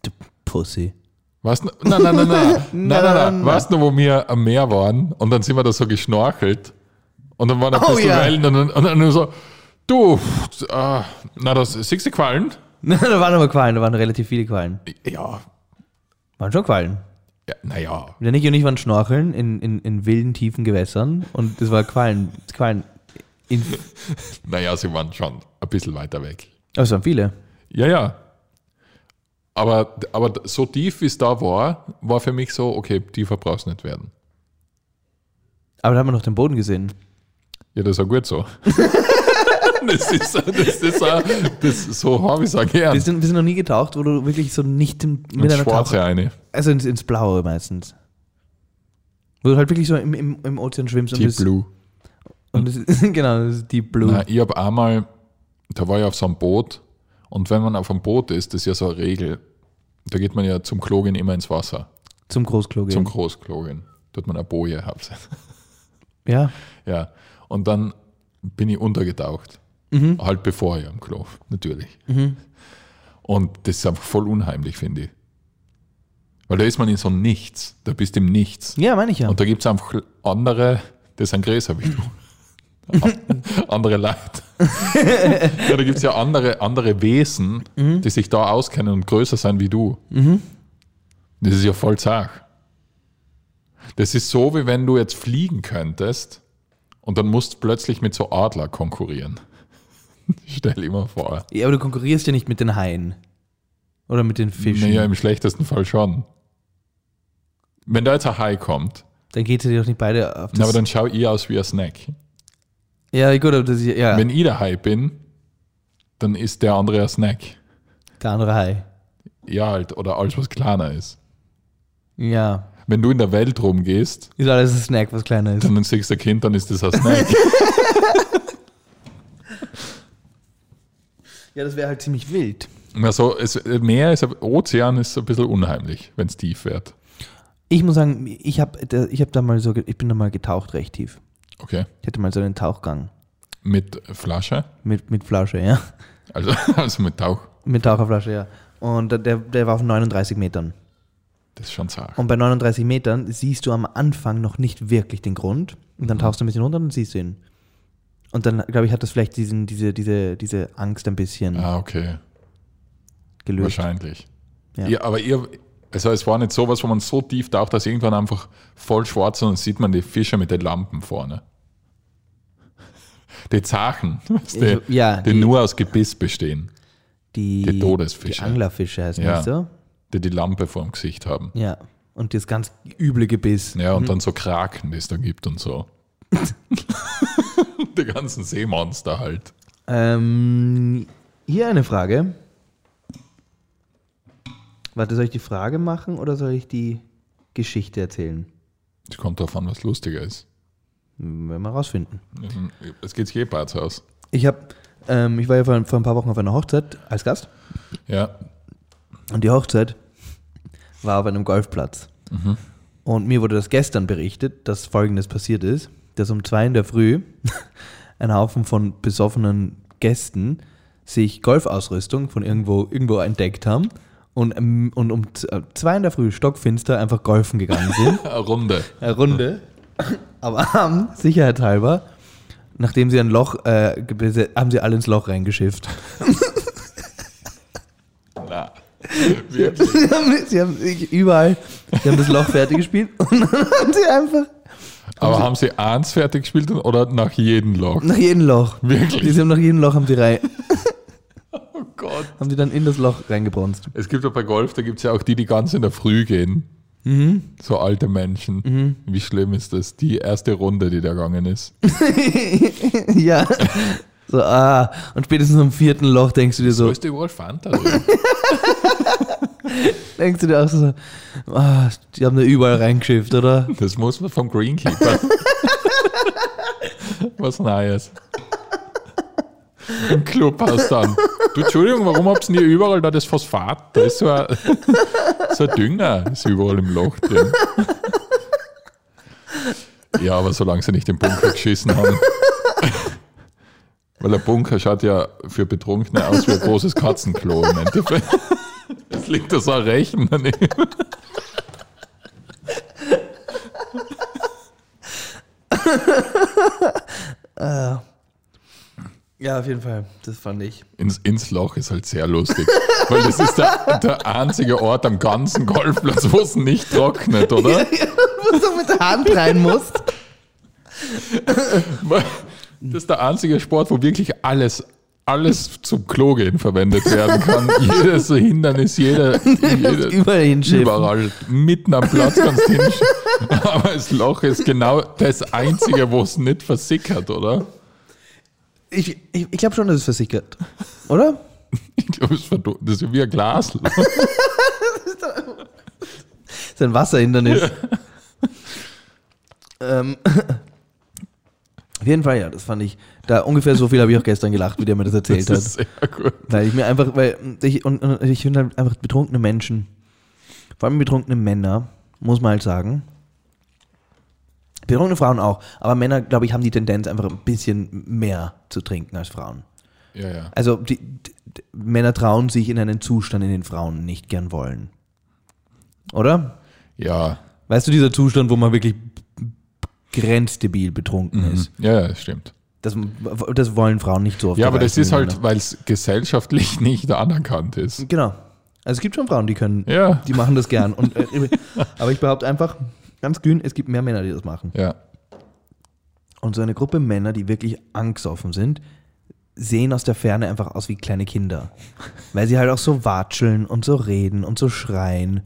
Speaker 1: Du Pussy.
Speaker 2: Weißt du, nein, nein, nein, nein, nein, nein, nein. Weißt du, wo wir am Meer waren und dann sind wir da so geschnorchelt und dann waren ein
Speaker 1: Oh,
Speaker 2: bisschen
Speaker 1: ja.
Speaker 2: Wellen und dann, und dann nur so, du, pff, ah, na, das siehst du Quallen?
Speaker 1: da waren aber Quallen, da waren relativ viele Quallen.
Speaker 2: Ja,
Speaker 1: Waren schon Quallen.
Speaker 2: ja naja,
Speaker 1: Der Niki und ich waren schnorcheln in, in, in wilden, tiefen Gewässern und es war Quallen. Quallen. In,
Speaker 2: naja, sie waren schon ein bisschen weiter weg.
Speaker 1: aber also es waren viele.
Speaker 2: Ja, ja. Aber, aber so tief, wie es da war, war für mich so, okay, tiefer brauchst du nicht werden.
Speaker 1: Aber da haben wir noch den Boden gesehen.
Speaker 2: Ja, das ist ja gut so. das ist, das ist, auch- das, so habe ich es auch gern.
Speaker 1: Wir sind, wir sind noch nie getaucht, wo du wirklich so nicht im- mit
Speaker 2: Und
Speaker 1: einer Tauche.
Speaker 2: schwarze eine.
Speaker 1: Also ins, ins Blaue meistens. Wo du halt wirklich so im, im, im Ozean schwimmst und
Speaker 2: Deep
Speaker 1: bist.
Speaker 2: Blue.
Speaker 1: Und das, ist- genau, das ist Deep Blue.
Speaker 2: Nein, ich habe einmal, da war ich auf so einem Boot und wenn man auf einem Boot ist, das ist ja so eine Regel, da geht man ja zum Klo gehen immer ins Wasser,
Speaker 1: Zum Großklo gehen.
Speaker 2: zum Großklo gehen. Dort man eine Boje hat.
Speaker 1: ja.
Speaker 2: Ja, und dann bin ich untergetaucht. Halt bevor ich am Klo, natürlich. Und das ist einfach voll unheimlich, finde ich. Weil da ist man in so Nichts, da bist du im Nichts.
Speaker 1: ja, meine ich ja.
Speaker 2: Und da gibt es einfach andere, das sind Gräser wie du. andere Leute. ja, da gibt es ja andere, andere Wesen, die sich da auskennen und größer sind wie du. Das ist ja voll zart. Das ist so, wie wenn du jetzt fliegen könntest und dann musst du plötzlich mit so Adler konkurrieren. Stell immer vor.
Speaker 1: Ja, aber du konkurrierst ja nicht mit den Haien. Oder mit den Fischen.
Speaker 2: Naja, im schlechtesten Fall schon. Wenn da jetzt ein Hai kommt,
Speaker 1: Dann geht ihr doch nicht beide auf das.
Speaker 2: na, aber dann schau ich aus wie ein Snack.
Speaker 1: ja, gut, aber das ist, ja,
Speaker 2: Wenn ich der Hai bin, dann ist der andere ein Snack.
Speaker 1: der andere Hai.
Speaker 2: Ja, halt, oder alles, was kleiner ist.
Speaker 1: Ja.
Speaker 2: Wenn du in der Welt rumgehst
Speaker 1: Ist alles ein Snack, was kleiner ist.
Speaker 2: und dann siehst du ein Kind, dann ist das ein Snack.
Speaker 1: Ja, das wäre halt ziemlich wild.
Speaker 2: also, es, Meer ist, Ozean ist ein bisschen unheimlich, wenn es tief wird.
Speaker 1: Ich muss sagen, ich habe ich hab da mal so, ge- ich bin da mal getaucht recht tief.
Speaker 2: Okay.
Speaker 1: Ich hatte mal so einen Tauchgang
Speaker 2: Mit Flasche,
Speaker 1: mit, mit Flasche, ja.
Speaker 2: also, also mit Tauch,
Speaker 1: Mit Taucherflasche, ja. Und der, der war auf 39 Metern.
Speaker 2: das ist schon zart.
Speaker 1: Und bei 39 Metern siehst du am Anfang noch nicht wirklich den Grund. Und
Speaker 2: Mhm.
Speaker 1: dann tauchst du ein bisschen runter und dann siehst du ihn. Und dann, glaube ich, hat das vielleicht diesen, diese, diese, diese Angst ein bisschen
Speaker 2: Ah, okay.
Speaker 1: gelöst.
Speaker 2: Wahrscheinlich.
Speaker 1: Ja.
Speaker 2: Ja. aber ihr, also es war nicht sowas, wo man so tief taucht, dass irgendwann einfach voll schwarz und dann sieht man die Fische mit den Lampen vorne. Die Zachen, weißt du,
Speaker 1: Ich- ja,
Speaker 2: die,
Speaker 1: die-
Speaker 2: nur aus Gebiss bestehen,
Speaker 1: Die,
Speaker 2: die Todesfische.
Speaker 1: Die Anglerfische heißen
Speaker 2: Ja.
Speaker 1: das so.
Speaker 2: die die Lampe vor dem Gesicht haben.
Speaker 1: Ja. Und das ganz üble Gebiss.
Speaker 2: Ja, und dann so Kraken, die es da gibt und so. die ganzen Seemonster halt.
Speaker 1: Ähm, hier eine Frage. Warte, soll ich die Frage machen oder soll ich die Geschichte erzählen?
Speaker 2: Es kommt darauf an, was lustiger ist.
Speaker 1: Hm, Werden wir rausfinden.
Speaker 2: Es eh geht jedenfalls aus.
Speaker 1: Ich habe, ähm, ich war ja vor, vor ein paar Wochen auf einer Hochzeit als Gast.
Speaker 2: Ja,
Speaker 1: Und die Hochzeit war auf einem Golfplatz. Und mir wurde das gestern berichtet, dass folgendes passiert ist, dass um zwei in der Früh ein Haufen von besoffenen Gästen sich Golfausrüstung von irgendwo, irgendwo entdeckt haben und, ähm, und um z- äh, zwei in der Früh stockfinster einfach golfen gegangen sind.
Speaker 2: eine Runde.
Speaker 1: eine Runde. Aber haben, sicherheitshalber, nachdem sie ein Loch, äh, gebese- haben sie alle ins Loch reingeschifft.
Speaker 2: Na, wirklich.
Speaker 1: Sie haben, sie haben sich überall, sie haben das Loch fertig gespielt und dann haben sie einfach
Speaker 2: Aber haben sie eins fertig gespielt oder nach jedem Loch?
Speaker 1: nach jedem Loch.
Speaker 2: Wirklich?
Speaker 1: Sie haben nach jedem Loch haben sie, rein,
Speaker 2: Oh Gott.
Speaker 1: haben sie dann in das Loch reingebronzt.
Speaker 2: Es gibt ja bei Golf, da gibt es ja auch die, die ganz in der Früh gehen. So alte Menschen. Wie schlimm ist das? Die erste Runde, die da gegangen ist.
Speaker 1: ja. So, ah. Und spätestens am vierten Loch denkst du dir so,
Speaker 2: Größte Golf Fanta. drüben.
Speaker 1: Denkst du dir auch so, ah, die haben da überall reingeschifft, oder?
Speaker 2: Das muss man vom Greenkeeper. Was Neues. Im Clubhaus dann. Du, Entschuldigung, warum habt ihr überall da das Phosphat? Da ist so ein, so ein Dünger, ist überall im Loch drin. Ja, aber solange sie nicht den Bunker geschissen haben. Weil der Bunker schaut ja für Betrunkene aus wie ein großes Katzenklo im Endeffekt. Es liegt da so ein Rechen daneben.
Speaker 1: Ja, auf jeden Fall. Das fand ich.
Speaker 2: ins, ins Loch ist halt sehr lustig. Weil das ist der, der einzige Ort am ganzen Golfplatz, wo es nicht trocknet, oder?
Speaker 1: Wo du mit der Hand rein musst.
Speaker 2: Weil Das ist der einzige Sport, wo wirklich alles, alles zum Klo gehen verwendet werden kann. Jedes Hindernis, jeder, jeder
Speaker 1: Überall hinschiffen.
Speaker 2: überall mitten am Platz kannst du hinsch- Aber das Loch ist genau das einzige, wo es nicht versickert, oder?
Speaker 1: Ich, ich, ich glaube schon, dass es versickert. Oder?
Speaker 2: Ich glaube, es ist verdo- das ist wie ein Glas.
Speaker 1: Das ist ein Wasserhindernis. ähm, auf jeden Fall, ja, das fand ich. Da ungefähr so viel habe ich auch gestern gelacht, wie der mir das
Speaker 2: Das
Speaker 1: erzählt hat.
Speaker 2: ist sehr gut.
Speaker 1: Weil ich mir einfach, weil ich, und, und ich finde halt einfach betrunkene Menschen, vor allem betrunkene Männer, muss man halt sagen. Betrunkene Frauen auch, aber Männer, glaube ich, haben die Tendenz, einfach ein bisschen mehr zu trinken als Frauen.
Speaker 2: Ja, ja.
Speaker 1: Also die, d- d- Männer trauen sich in einen Zustand, in den Frauen nicht gern wollen. Oder?
Speaker 2: Ja,
Speaker 1: Weißt du, dieser Zustand, wo man wirklich grenzdebil betrunken
Speaker 2: Mhm.
Speaker 1: ist.
Speaker 2: ja, ja stimmt.
Speaker 1: Das, das wollen Frauen nicht so oft.
Speaker 2: Ja, aber das
Speaker 1: erreichen
Speaker 2: ist halt,
Speaker 1: miteinander.
Speaker 2: weil es gesellschaftlich nicht anerkannt ist.
Speaker 1: Genau. Also es gibt schon Frauen, die können,
Speaker 2: Ja.
Speaker 1: die machen das gern. Und, äh, aber ich behaupte einfach, ganz kühn, es gibt mehr Männer, die das machen.
Speaker 2: Ja,
Speaker 1: Und so eine Gruppe Männer, die wirklich angesoffen sind, sehen aus der Ferne einfach aus wie kleine Kinder. Weil sie halt auch so watscheln und so reden und so schreien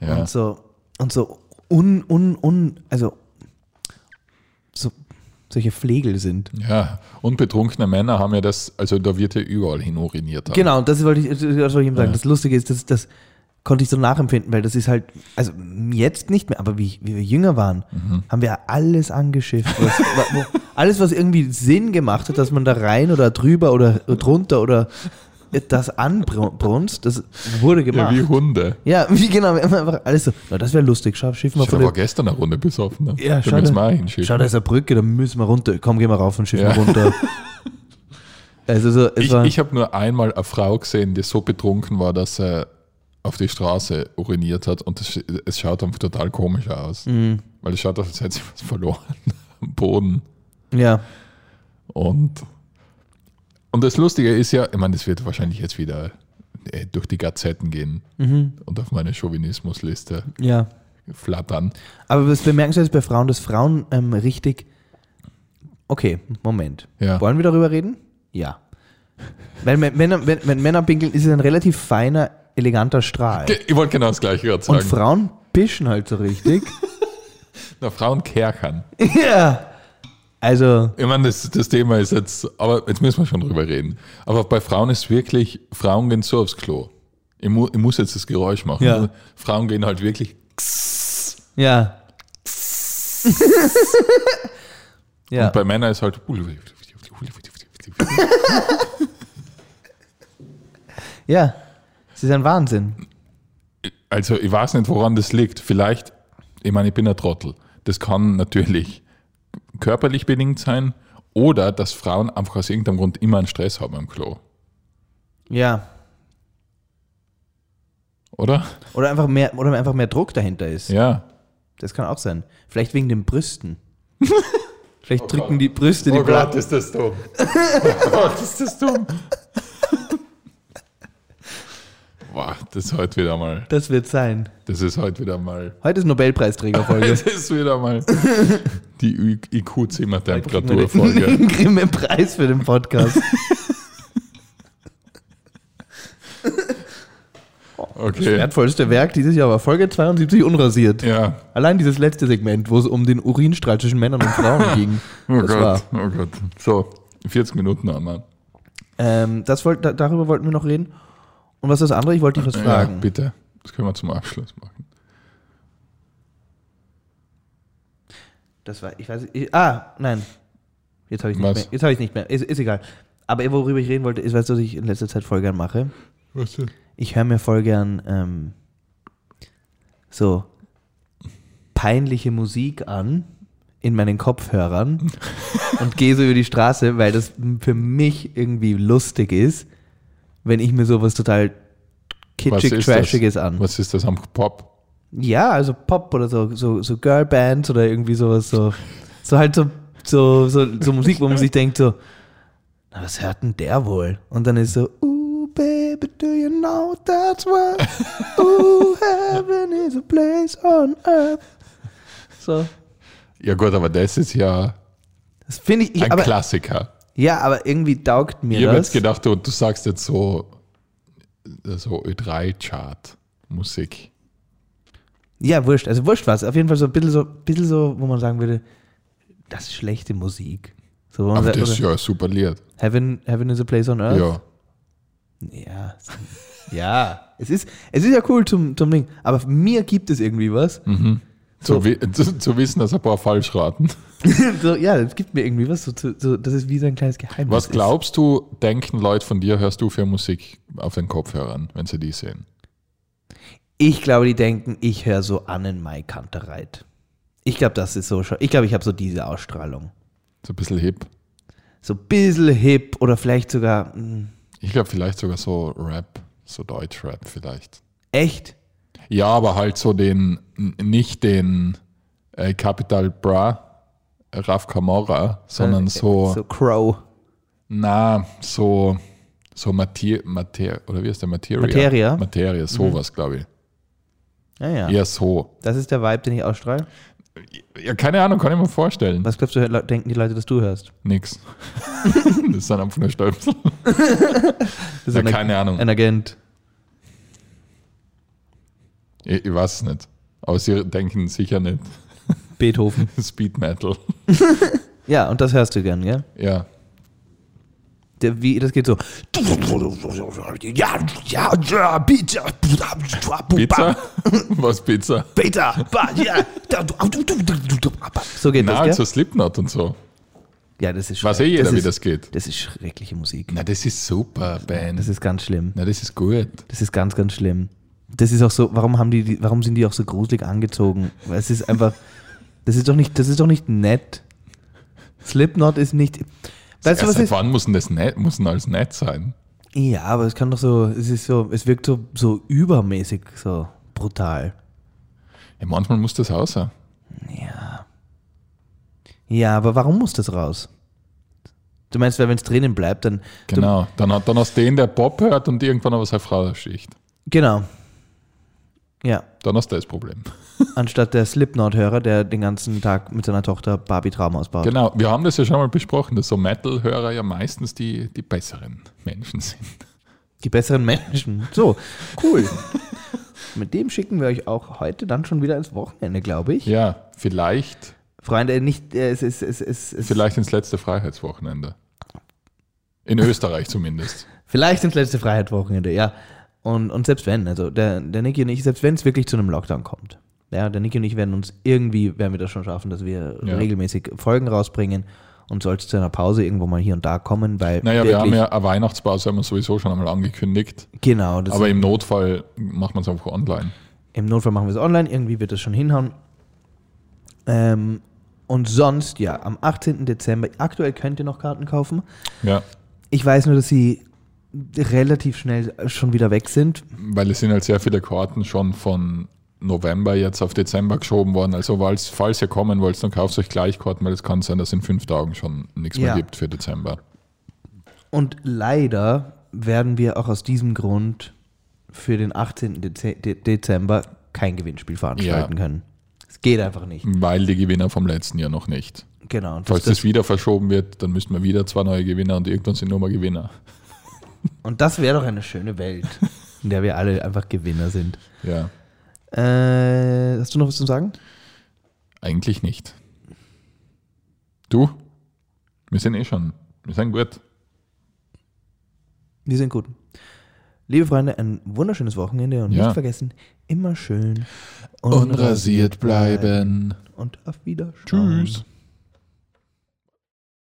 Speaker 2: Ja.
Speaker 1: und so und so un, un, un, also so solche Flegel sind.
Speaker 2: ja. Und betrunkene Männer haben ja das, also da wird ja überall hin uriniert.
Speaker 1: Genau, das wollte ich, das wollte ich eben sagen. Das Lustige ist, das, das konnte ich so nachempfinden, weil das ist halt, also jetzt nicht mehr, aber wie, wie wir jünger waren,
Speaker 2: Mhm.
Speaker 1: haben wir alles angeschifft. Was, wa- wo, alles, was irgendwie Sinn gemacht hat, dass man da rein oder drüber oder drunter oder das anbrunst, das wurde
Speaker 2: Ja,
Speaker 1: gemacht.
Speaker 2: wie Hunde.
Speaker 1: Ja, wie, genau, wir haben einfach alles so, na, das wäre lustig, scha- schiffen wir
Speaker 2: Ich
Speaker 1: von
Speaker 2: habe
Speaker 1: der,
Speaker 2: aber gestern eine Runde besoffen. Ne?
Speaker 1: Ja,
Speaker 2: da
Speaker 1: schade.
Speaker 2: müssen wir auch
Speaker 1: schau,
Speaker 2: hinschicken.
Speaker 1: da ist eine Brücke, da müssen wir runter, komm, gehen wir rauf und schiffen
Speaker 2: Ja.
Speaker 1: wir runter. Also so, es
Speaker 2: Ich,
Speaker 1: war,
Speaker 2: ich habe nur einmal eine Frau gesehen, die so betrunken war, dass sie auf die Straße uriniert hat und das, es schaut einfach total komisch aus.
Speaker 1: Mhm.
Speaker 2: Weil es schaut aus, als hätte sie was verloren am Boden.
Speaker 1: ja,
Speaker 2: Und, und das Lustige ist ja, ich meine, das wird wahrscheinlich jetzt wieder äh, durch die Gazetten gehen
Speaker 1: Mhm.
Speaker 2: und auf meine Chauvinismusliste
Speaker 1: ja.
Speaker 2: flattern.
Speaker 1: Aber das bemerkenswert ist bei Frauen, dass Frauen ähm, richtig. Okay, Moment.
Speaker 2: Ja.
Speaker 1: Wollen wir darüber reden? Ja. Wenn, wenn, Männer- wenn, wenn Männer pinkeln, ist es ein relativ feiner, eleganter Strahl.
Speaker 2: Ge- Ich wollte genau das gleiche gerade
Speaker 1: Und
Speaker 2: sagen.
Speaker 1: Frauen pischen halt so richtig.
Speaker 2: Na, Frauen kerchern.
Speaker 1: ja. Also,
Speaker 2: Ich meine, das, das Thema ist jetzt, aber jetzt müssen wir schon drüber reden. Aber bei Frauen ist wirklich, Frauen gehen so aufs Klo. Ich, mu ich muss jetzt das Geräusch machen.
Speaker 1: Ja.
Speaker 2: Frauen gehen halt wirklich,
Speaker 1: ja. ja.
Speaker 2: und bei Männern ist halt.
Speaker 1: Ja. Es ist ein Wahnsinn.
Speaker 2: Also ich weiß nicht, woran das liegt. Vielleicht, ich meine, ich bin ein Trottel. Das kann natürlich körperlich bedingt sein oder dass Frauen einfach aus irgendeinem Grund immer einen Stress haben am Klo,
Speaker 1: Ja.
Speaker 2: oder?
Speaker 1: Oder einfach mehr, oder einfach mehr Druck dahinter ist.
Speaker 2: Ja.
Speaker 1: Das kann auch sein. Vielleicht wegen den Brüsten. Vielleicht
Speaker 2: Oh
Speaker 1: drücken die Brüste die Blatt.
Speaker 2: ist das dumm. Oh Gott, ist das dumm. Boah, das ist heute wieder mal,
Speaker 1: Das wird sein.
Speaker 2: das ist heute wieder mal,
Speaker 1: Heute ist Nobelpreisträgerfolge.
Speaker 2: das ist wieder mal die IQ-Zimmertemperaturfolge.
Speaker 1: Kriegen wir den Preis für den Podcast.
Speaker 2: Okay.
Speaker 1: Wertvollste Werk dieses Jahr war Folge 72 unrasiert.
Speaker 2: Ja.
Speaker 1: Allein dieses letzte Segment, wo es um den Urinstrahl zwischen Männern und Frauen ging.
Speaker 2: Oh
Speaker 1: das
Speaker 2: Gott,
Speaker 1: war.
Speaker 2: oh Gott. So, 40 Minuten haben wir.
Speaker 1: Ähm, das wollt, da, darüber wollten wir noch reden. Und was ist das andere? Ich wollte dich was
Speaker 2: Ja,
Speaker 1: fragen.
Speaker 2: bitte. Das können wir zum Abschluss machen.
Speaker 1: Das war, ich weiß ich, Ah, nein. Jetzt habe ich nicht
Speaker 2: Was?
Speaker 1: mehr. Jetzt habe ich nicht mehr. Ist, ist egal. Aber worüber ich reden wollte, ist, weißt du, was ich in letzter Zeit voll gern mache?
Speaker 2: Was denn?
Speaker 1: Ich höre mir voll gern ähm, so peinliche Musik an in meinen Kopfhörern und gehe so über die Straße, weil das für mich irgendwie lustig ist, wenn ich mir sowas total kitschig, trashiges
Speaker 2: das?
Speaker 1: an.
Speaker 2: Was ist das am Pop?
Speaker 1: Ja, also Pop oder so, so, so Girlbands oder irgendwie sowas, so, so halt so, so, so, so Musik, wo man sich denkt so, na, was hört denn der wohl? Und dann ist so, ooh, baby, do you know that's where, ooh, heaven is a place on earth. So,
Speaker 2: Ja gut, aber das ist ja
Speaker 1: das finde ich,
Speaker 2: ein
Speaker 1: ich aber,
Speaker 2: Klassiker.
Speaker 1: ja, aber irgendwie taugt mir
Speaker 2: Ich habe
Speaker 1: das.
Speaker 2: jetzt gedacht, du, du sagst jetzt so, so Ö3-Chart-Musik.
Speaker 1: Ja, wurscht, also wurscht was, auf jeden Fall so ein bisschen so, bisschen so, wo man sagen würde, das ist schlechte Musik. So, wo man
Speaker 2: Aber
Speaker 1: sagt,
Speaker 2: das ist
Speaker 1: oder,
Speaker 2: ja ein super Lied.
Speaker 1: heaven, heaven is a place on earth.
Speaker 2: Ja.
Speaker 1: Ja. es- ja. Es ist, es ist ja cool zum, zum Ding. Aber mir gibt es irgendwie was.
Speaker 2: Hm. Zu, wi- zu, zu wissen, dass ein paar falsch raten.
Speaker 1: so, ja, es gibt mir irgendwie was. So, zu- so, das ist wie so ein kleines Geheimnis.
Speaker 2: Was
Speaker 1: ist.
Speaker 2: glaubst du, denken Leute von dir, hörst du für Musik auf den Kopfhörern, wenn sie die sehen?
Speaker 1: Ich glaube, die denken, ich höre so Annen Mai Kantereit. Ich glaube, das ist so schon. Ich glaube, ich habe so diese Ausstrahlung.
Speaker 2: So ein bisschen hip.
Speaker 1: So ein bisschen hip oder vielleicht sogar. hm, Mh,
Speaker 2: Ich glaube, vielleicht sogar so Rap, so Deutschrap vielleicht.
Speaker 1: echt?
Speaker 2: Ja, aber halt so den, n- nicht den äh, Capital Bra, äh, Raf Camora, sondern so,
Speaker 1: So Crow.
Speaker 2: na, so, so Materie, Mater, oder wie ist der Materia?
Speaker 1: Materia. Mhm.
Speaker 2: Materie, sowas, glaube ich.
Speaker 1: Naja.
Speaker 2: Eher so.
Speaker 1: Das ist der Vibe, den ich ausstrahle.
Speaker 2: Ja, keine Ahnung, kann ich mir vorstellen.
Speaker 1: Was glaubst du, hör- denken die Leute, dass du hörst?
Speaker 2: Nix. das sind einfach nur Stöpsel.
Speaker 1: Das ist
Speaker 2: Ja,
Speaker 1: ein Ag-
Speaker 2: keine Ahnung.
Speaker 1: Ein Agent.
Speaker 2: Ich, ich weiß es nicht. Aber sie denken sicher nicht
Speaker 1: Beethoven.
Speaker 2: Speed Metal.
Speaker 1: Ja, und das hörst du gern, gell?
Speaker 2: Ja.
Speaker 1: Der, wie, das geht so.
Speaker 3: Ja, ja, ja, Pizza.
Speaker 2: Pizza? Was Pizza?
Speaker 3: Pizza. Ba, ja. Da, du, du, du, du, du, du.
Speaker 1: So geht
Speaker 2: Na,
Speaker 1: das,
Speaker 2: also
Speaker 1: gell?
Speaker 2: Slipknot und so.
Speaker 1: Ja, das ist
Speaker 2: Weiß eh
Speaker 1: schrecklich.
Speaker 2: jeder,
Speaker 1: das
Speaker 2: wie
Speaker 1: ist,
Speaker 2: das geht.
Speaker 1: Das ist schreckliche Musik.
Speaker 2: Na, das ist super, Band.
Speaker 1: Das ist ganz schlimm.
Speaker 2: Na, das ist gut.
Speaker 1: Das ist ganz, ganz schlimm. Das ist auch so, warum haben die, die warum sind die auch so gruselig angezogen? Weil Es ist einfach, das ist doch nicht, das ist doch nicht nett. Slipknot ist nicht, weißt du,
Speaker 2: Erst
Speaker 1: was
Speaker 2: seit
Speaker 1: ist?
Speaker 2: wann muss denn das nett, muss denn alles nett sein?
Speaker 1: Ja, aber es kann doch so, es ist so, es wirkt so, so übermäßig, so brutal.
Speaker 2: Ja, manchmal muss das raus. sein.
Speaker 1: Ja. Ja, aber warum muss das raus? Du meinst, weil wenn es drinnen bleibt, dann, du
Speaker 2: Genau. Dann, hat- dann hast du den, der Bob hört und irgendwann aber seine Frau Schicht.
Speaker 1: Genau. Ja,
Speaker 2: Dann hast du das Problem.
Speaker 1: anstatt der Slipknot-Hörer, der den ganzen Tag mit seiner Tochter Barbie-Traum ausbaut.
Speaker 2: Genau. Wir haben das ja schon mal besprochen, dass so Metal-Hörer ja meistens die, die besseren Menschen sind.
Speaker 1: Die besseren Menschen. So, cool. mit dem schicken wir euch auch heute dann schon wieder ins Wochenende, glaube ich.
Speaker 2: Ja, vielleicht,
Speaker 1: Freunde, nicht, äh, es ist, es ist, es ist,
Speaker 2: vielleicht ins letzte Freiheitswochenende. In Österreich zumindest.
Speaker 1: vielleicht ins letzte Freiheit-Wochenende, ja. Und, und selbst wenn, also der, der Niki und ich, selbst wenn es wirklich zu einem Lockdown kommt, ja, der Niki und ich werden uns irgendwie, werden wir das schon schaffen, dass wir
Speaker 2: Ja.
Speaker 1: regelmäßig Folgen rausbringen und soll es zu einer Pause irgendwo mal hier und da kommen, weil
Speaker 2: Naja, wir haben
Speaker 1: wirklich-
Speaker 2: ja eine Weihnachtspause, haben wir sowieso schon einmal angekündigt.
Speaker 1: Genau, das
Speaker 2: Aber im Notfall macht man es einfach online.
Speaker 1: Im Notfall machen wir es online, irgendwie wird das schon hinhauen. Ähm, und sonst, ja, am 18. Dezember, aktuell könnt ihr noch Karten kaufen.
Speaker 2: Ja,
Speaker 1: Ich weiß nur, dass sie relativ schnell schon wieder weg sind.
Speaker 2: weil es sind halt sehr viele Karten schon von November jetzt auf Dezember geschoben worden. Also falls, falls ihr kommen wollt, dann kauft euch gleich Karten, weil es kann sein, dass in fünf Tagen schon nichts
Speaker 1: Ja.
Speaker 2: mehr gibt für Dezember.
Speaker 1: Und leider werden wir auch aus diesem Grund für den 18. Deze De Dezember kein Gewinnspiel veranstalten
Speaker 2: Ja.
Speaker 1: können. Es geht einfach nicht.
Speaker 2: Weil die Gewinner vom letzten Jahr noch nicht.
Speaker 1: Genau. Und
Speaker 2: Falls
Speaker 1: das,
Speaker 2: das wieder verschoben wird, dann müssten wir wieder zwei neue Gewinner und irgendwann sind nur mal Gewinner.
Speaker 1: und das wäre doch eine schöne Welt, in der wir alle einfach Gewinner sind.
Speaker 2: Ja,
Speaker 1: Äh, hast du noch was zu sagen?
Speaker 2: eigentlich nicht. Du? Wir sind eh schon. Wir sind gut.
Speaker 1: Wir sind gut. Liebe Freunde, ein wunderschönes Wochenende und
Speaker 2: Ja.
Speaker 1: nicht vergessen, immer schön
Speaker 2: Unrasiert bleiben.
Speaker 1: Und auf Wiedersehen.
Speaker 2: Tschüss.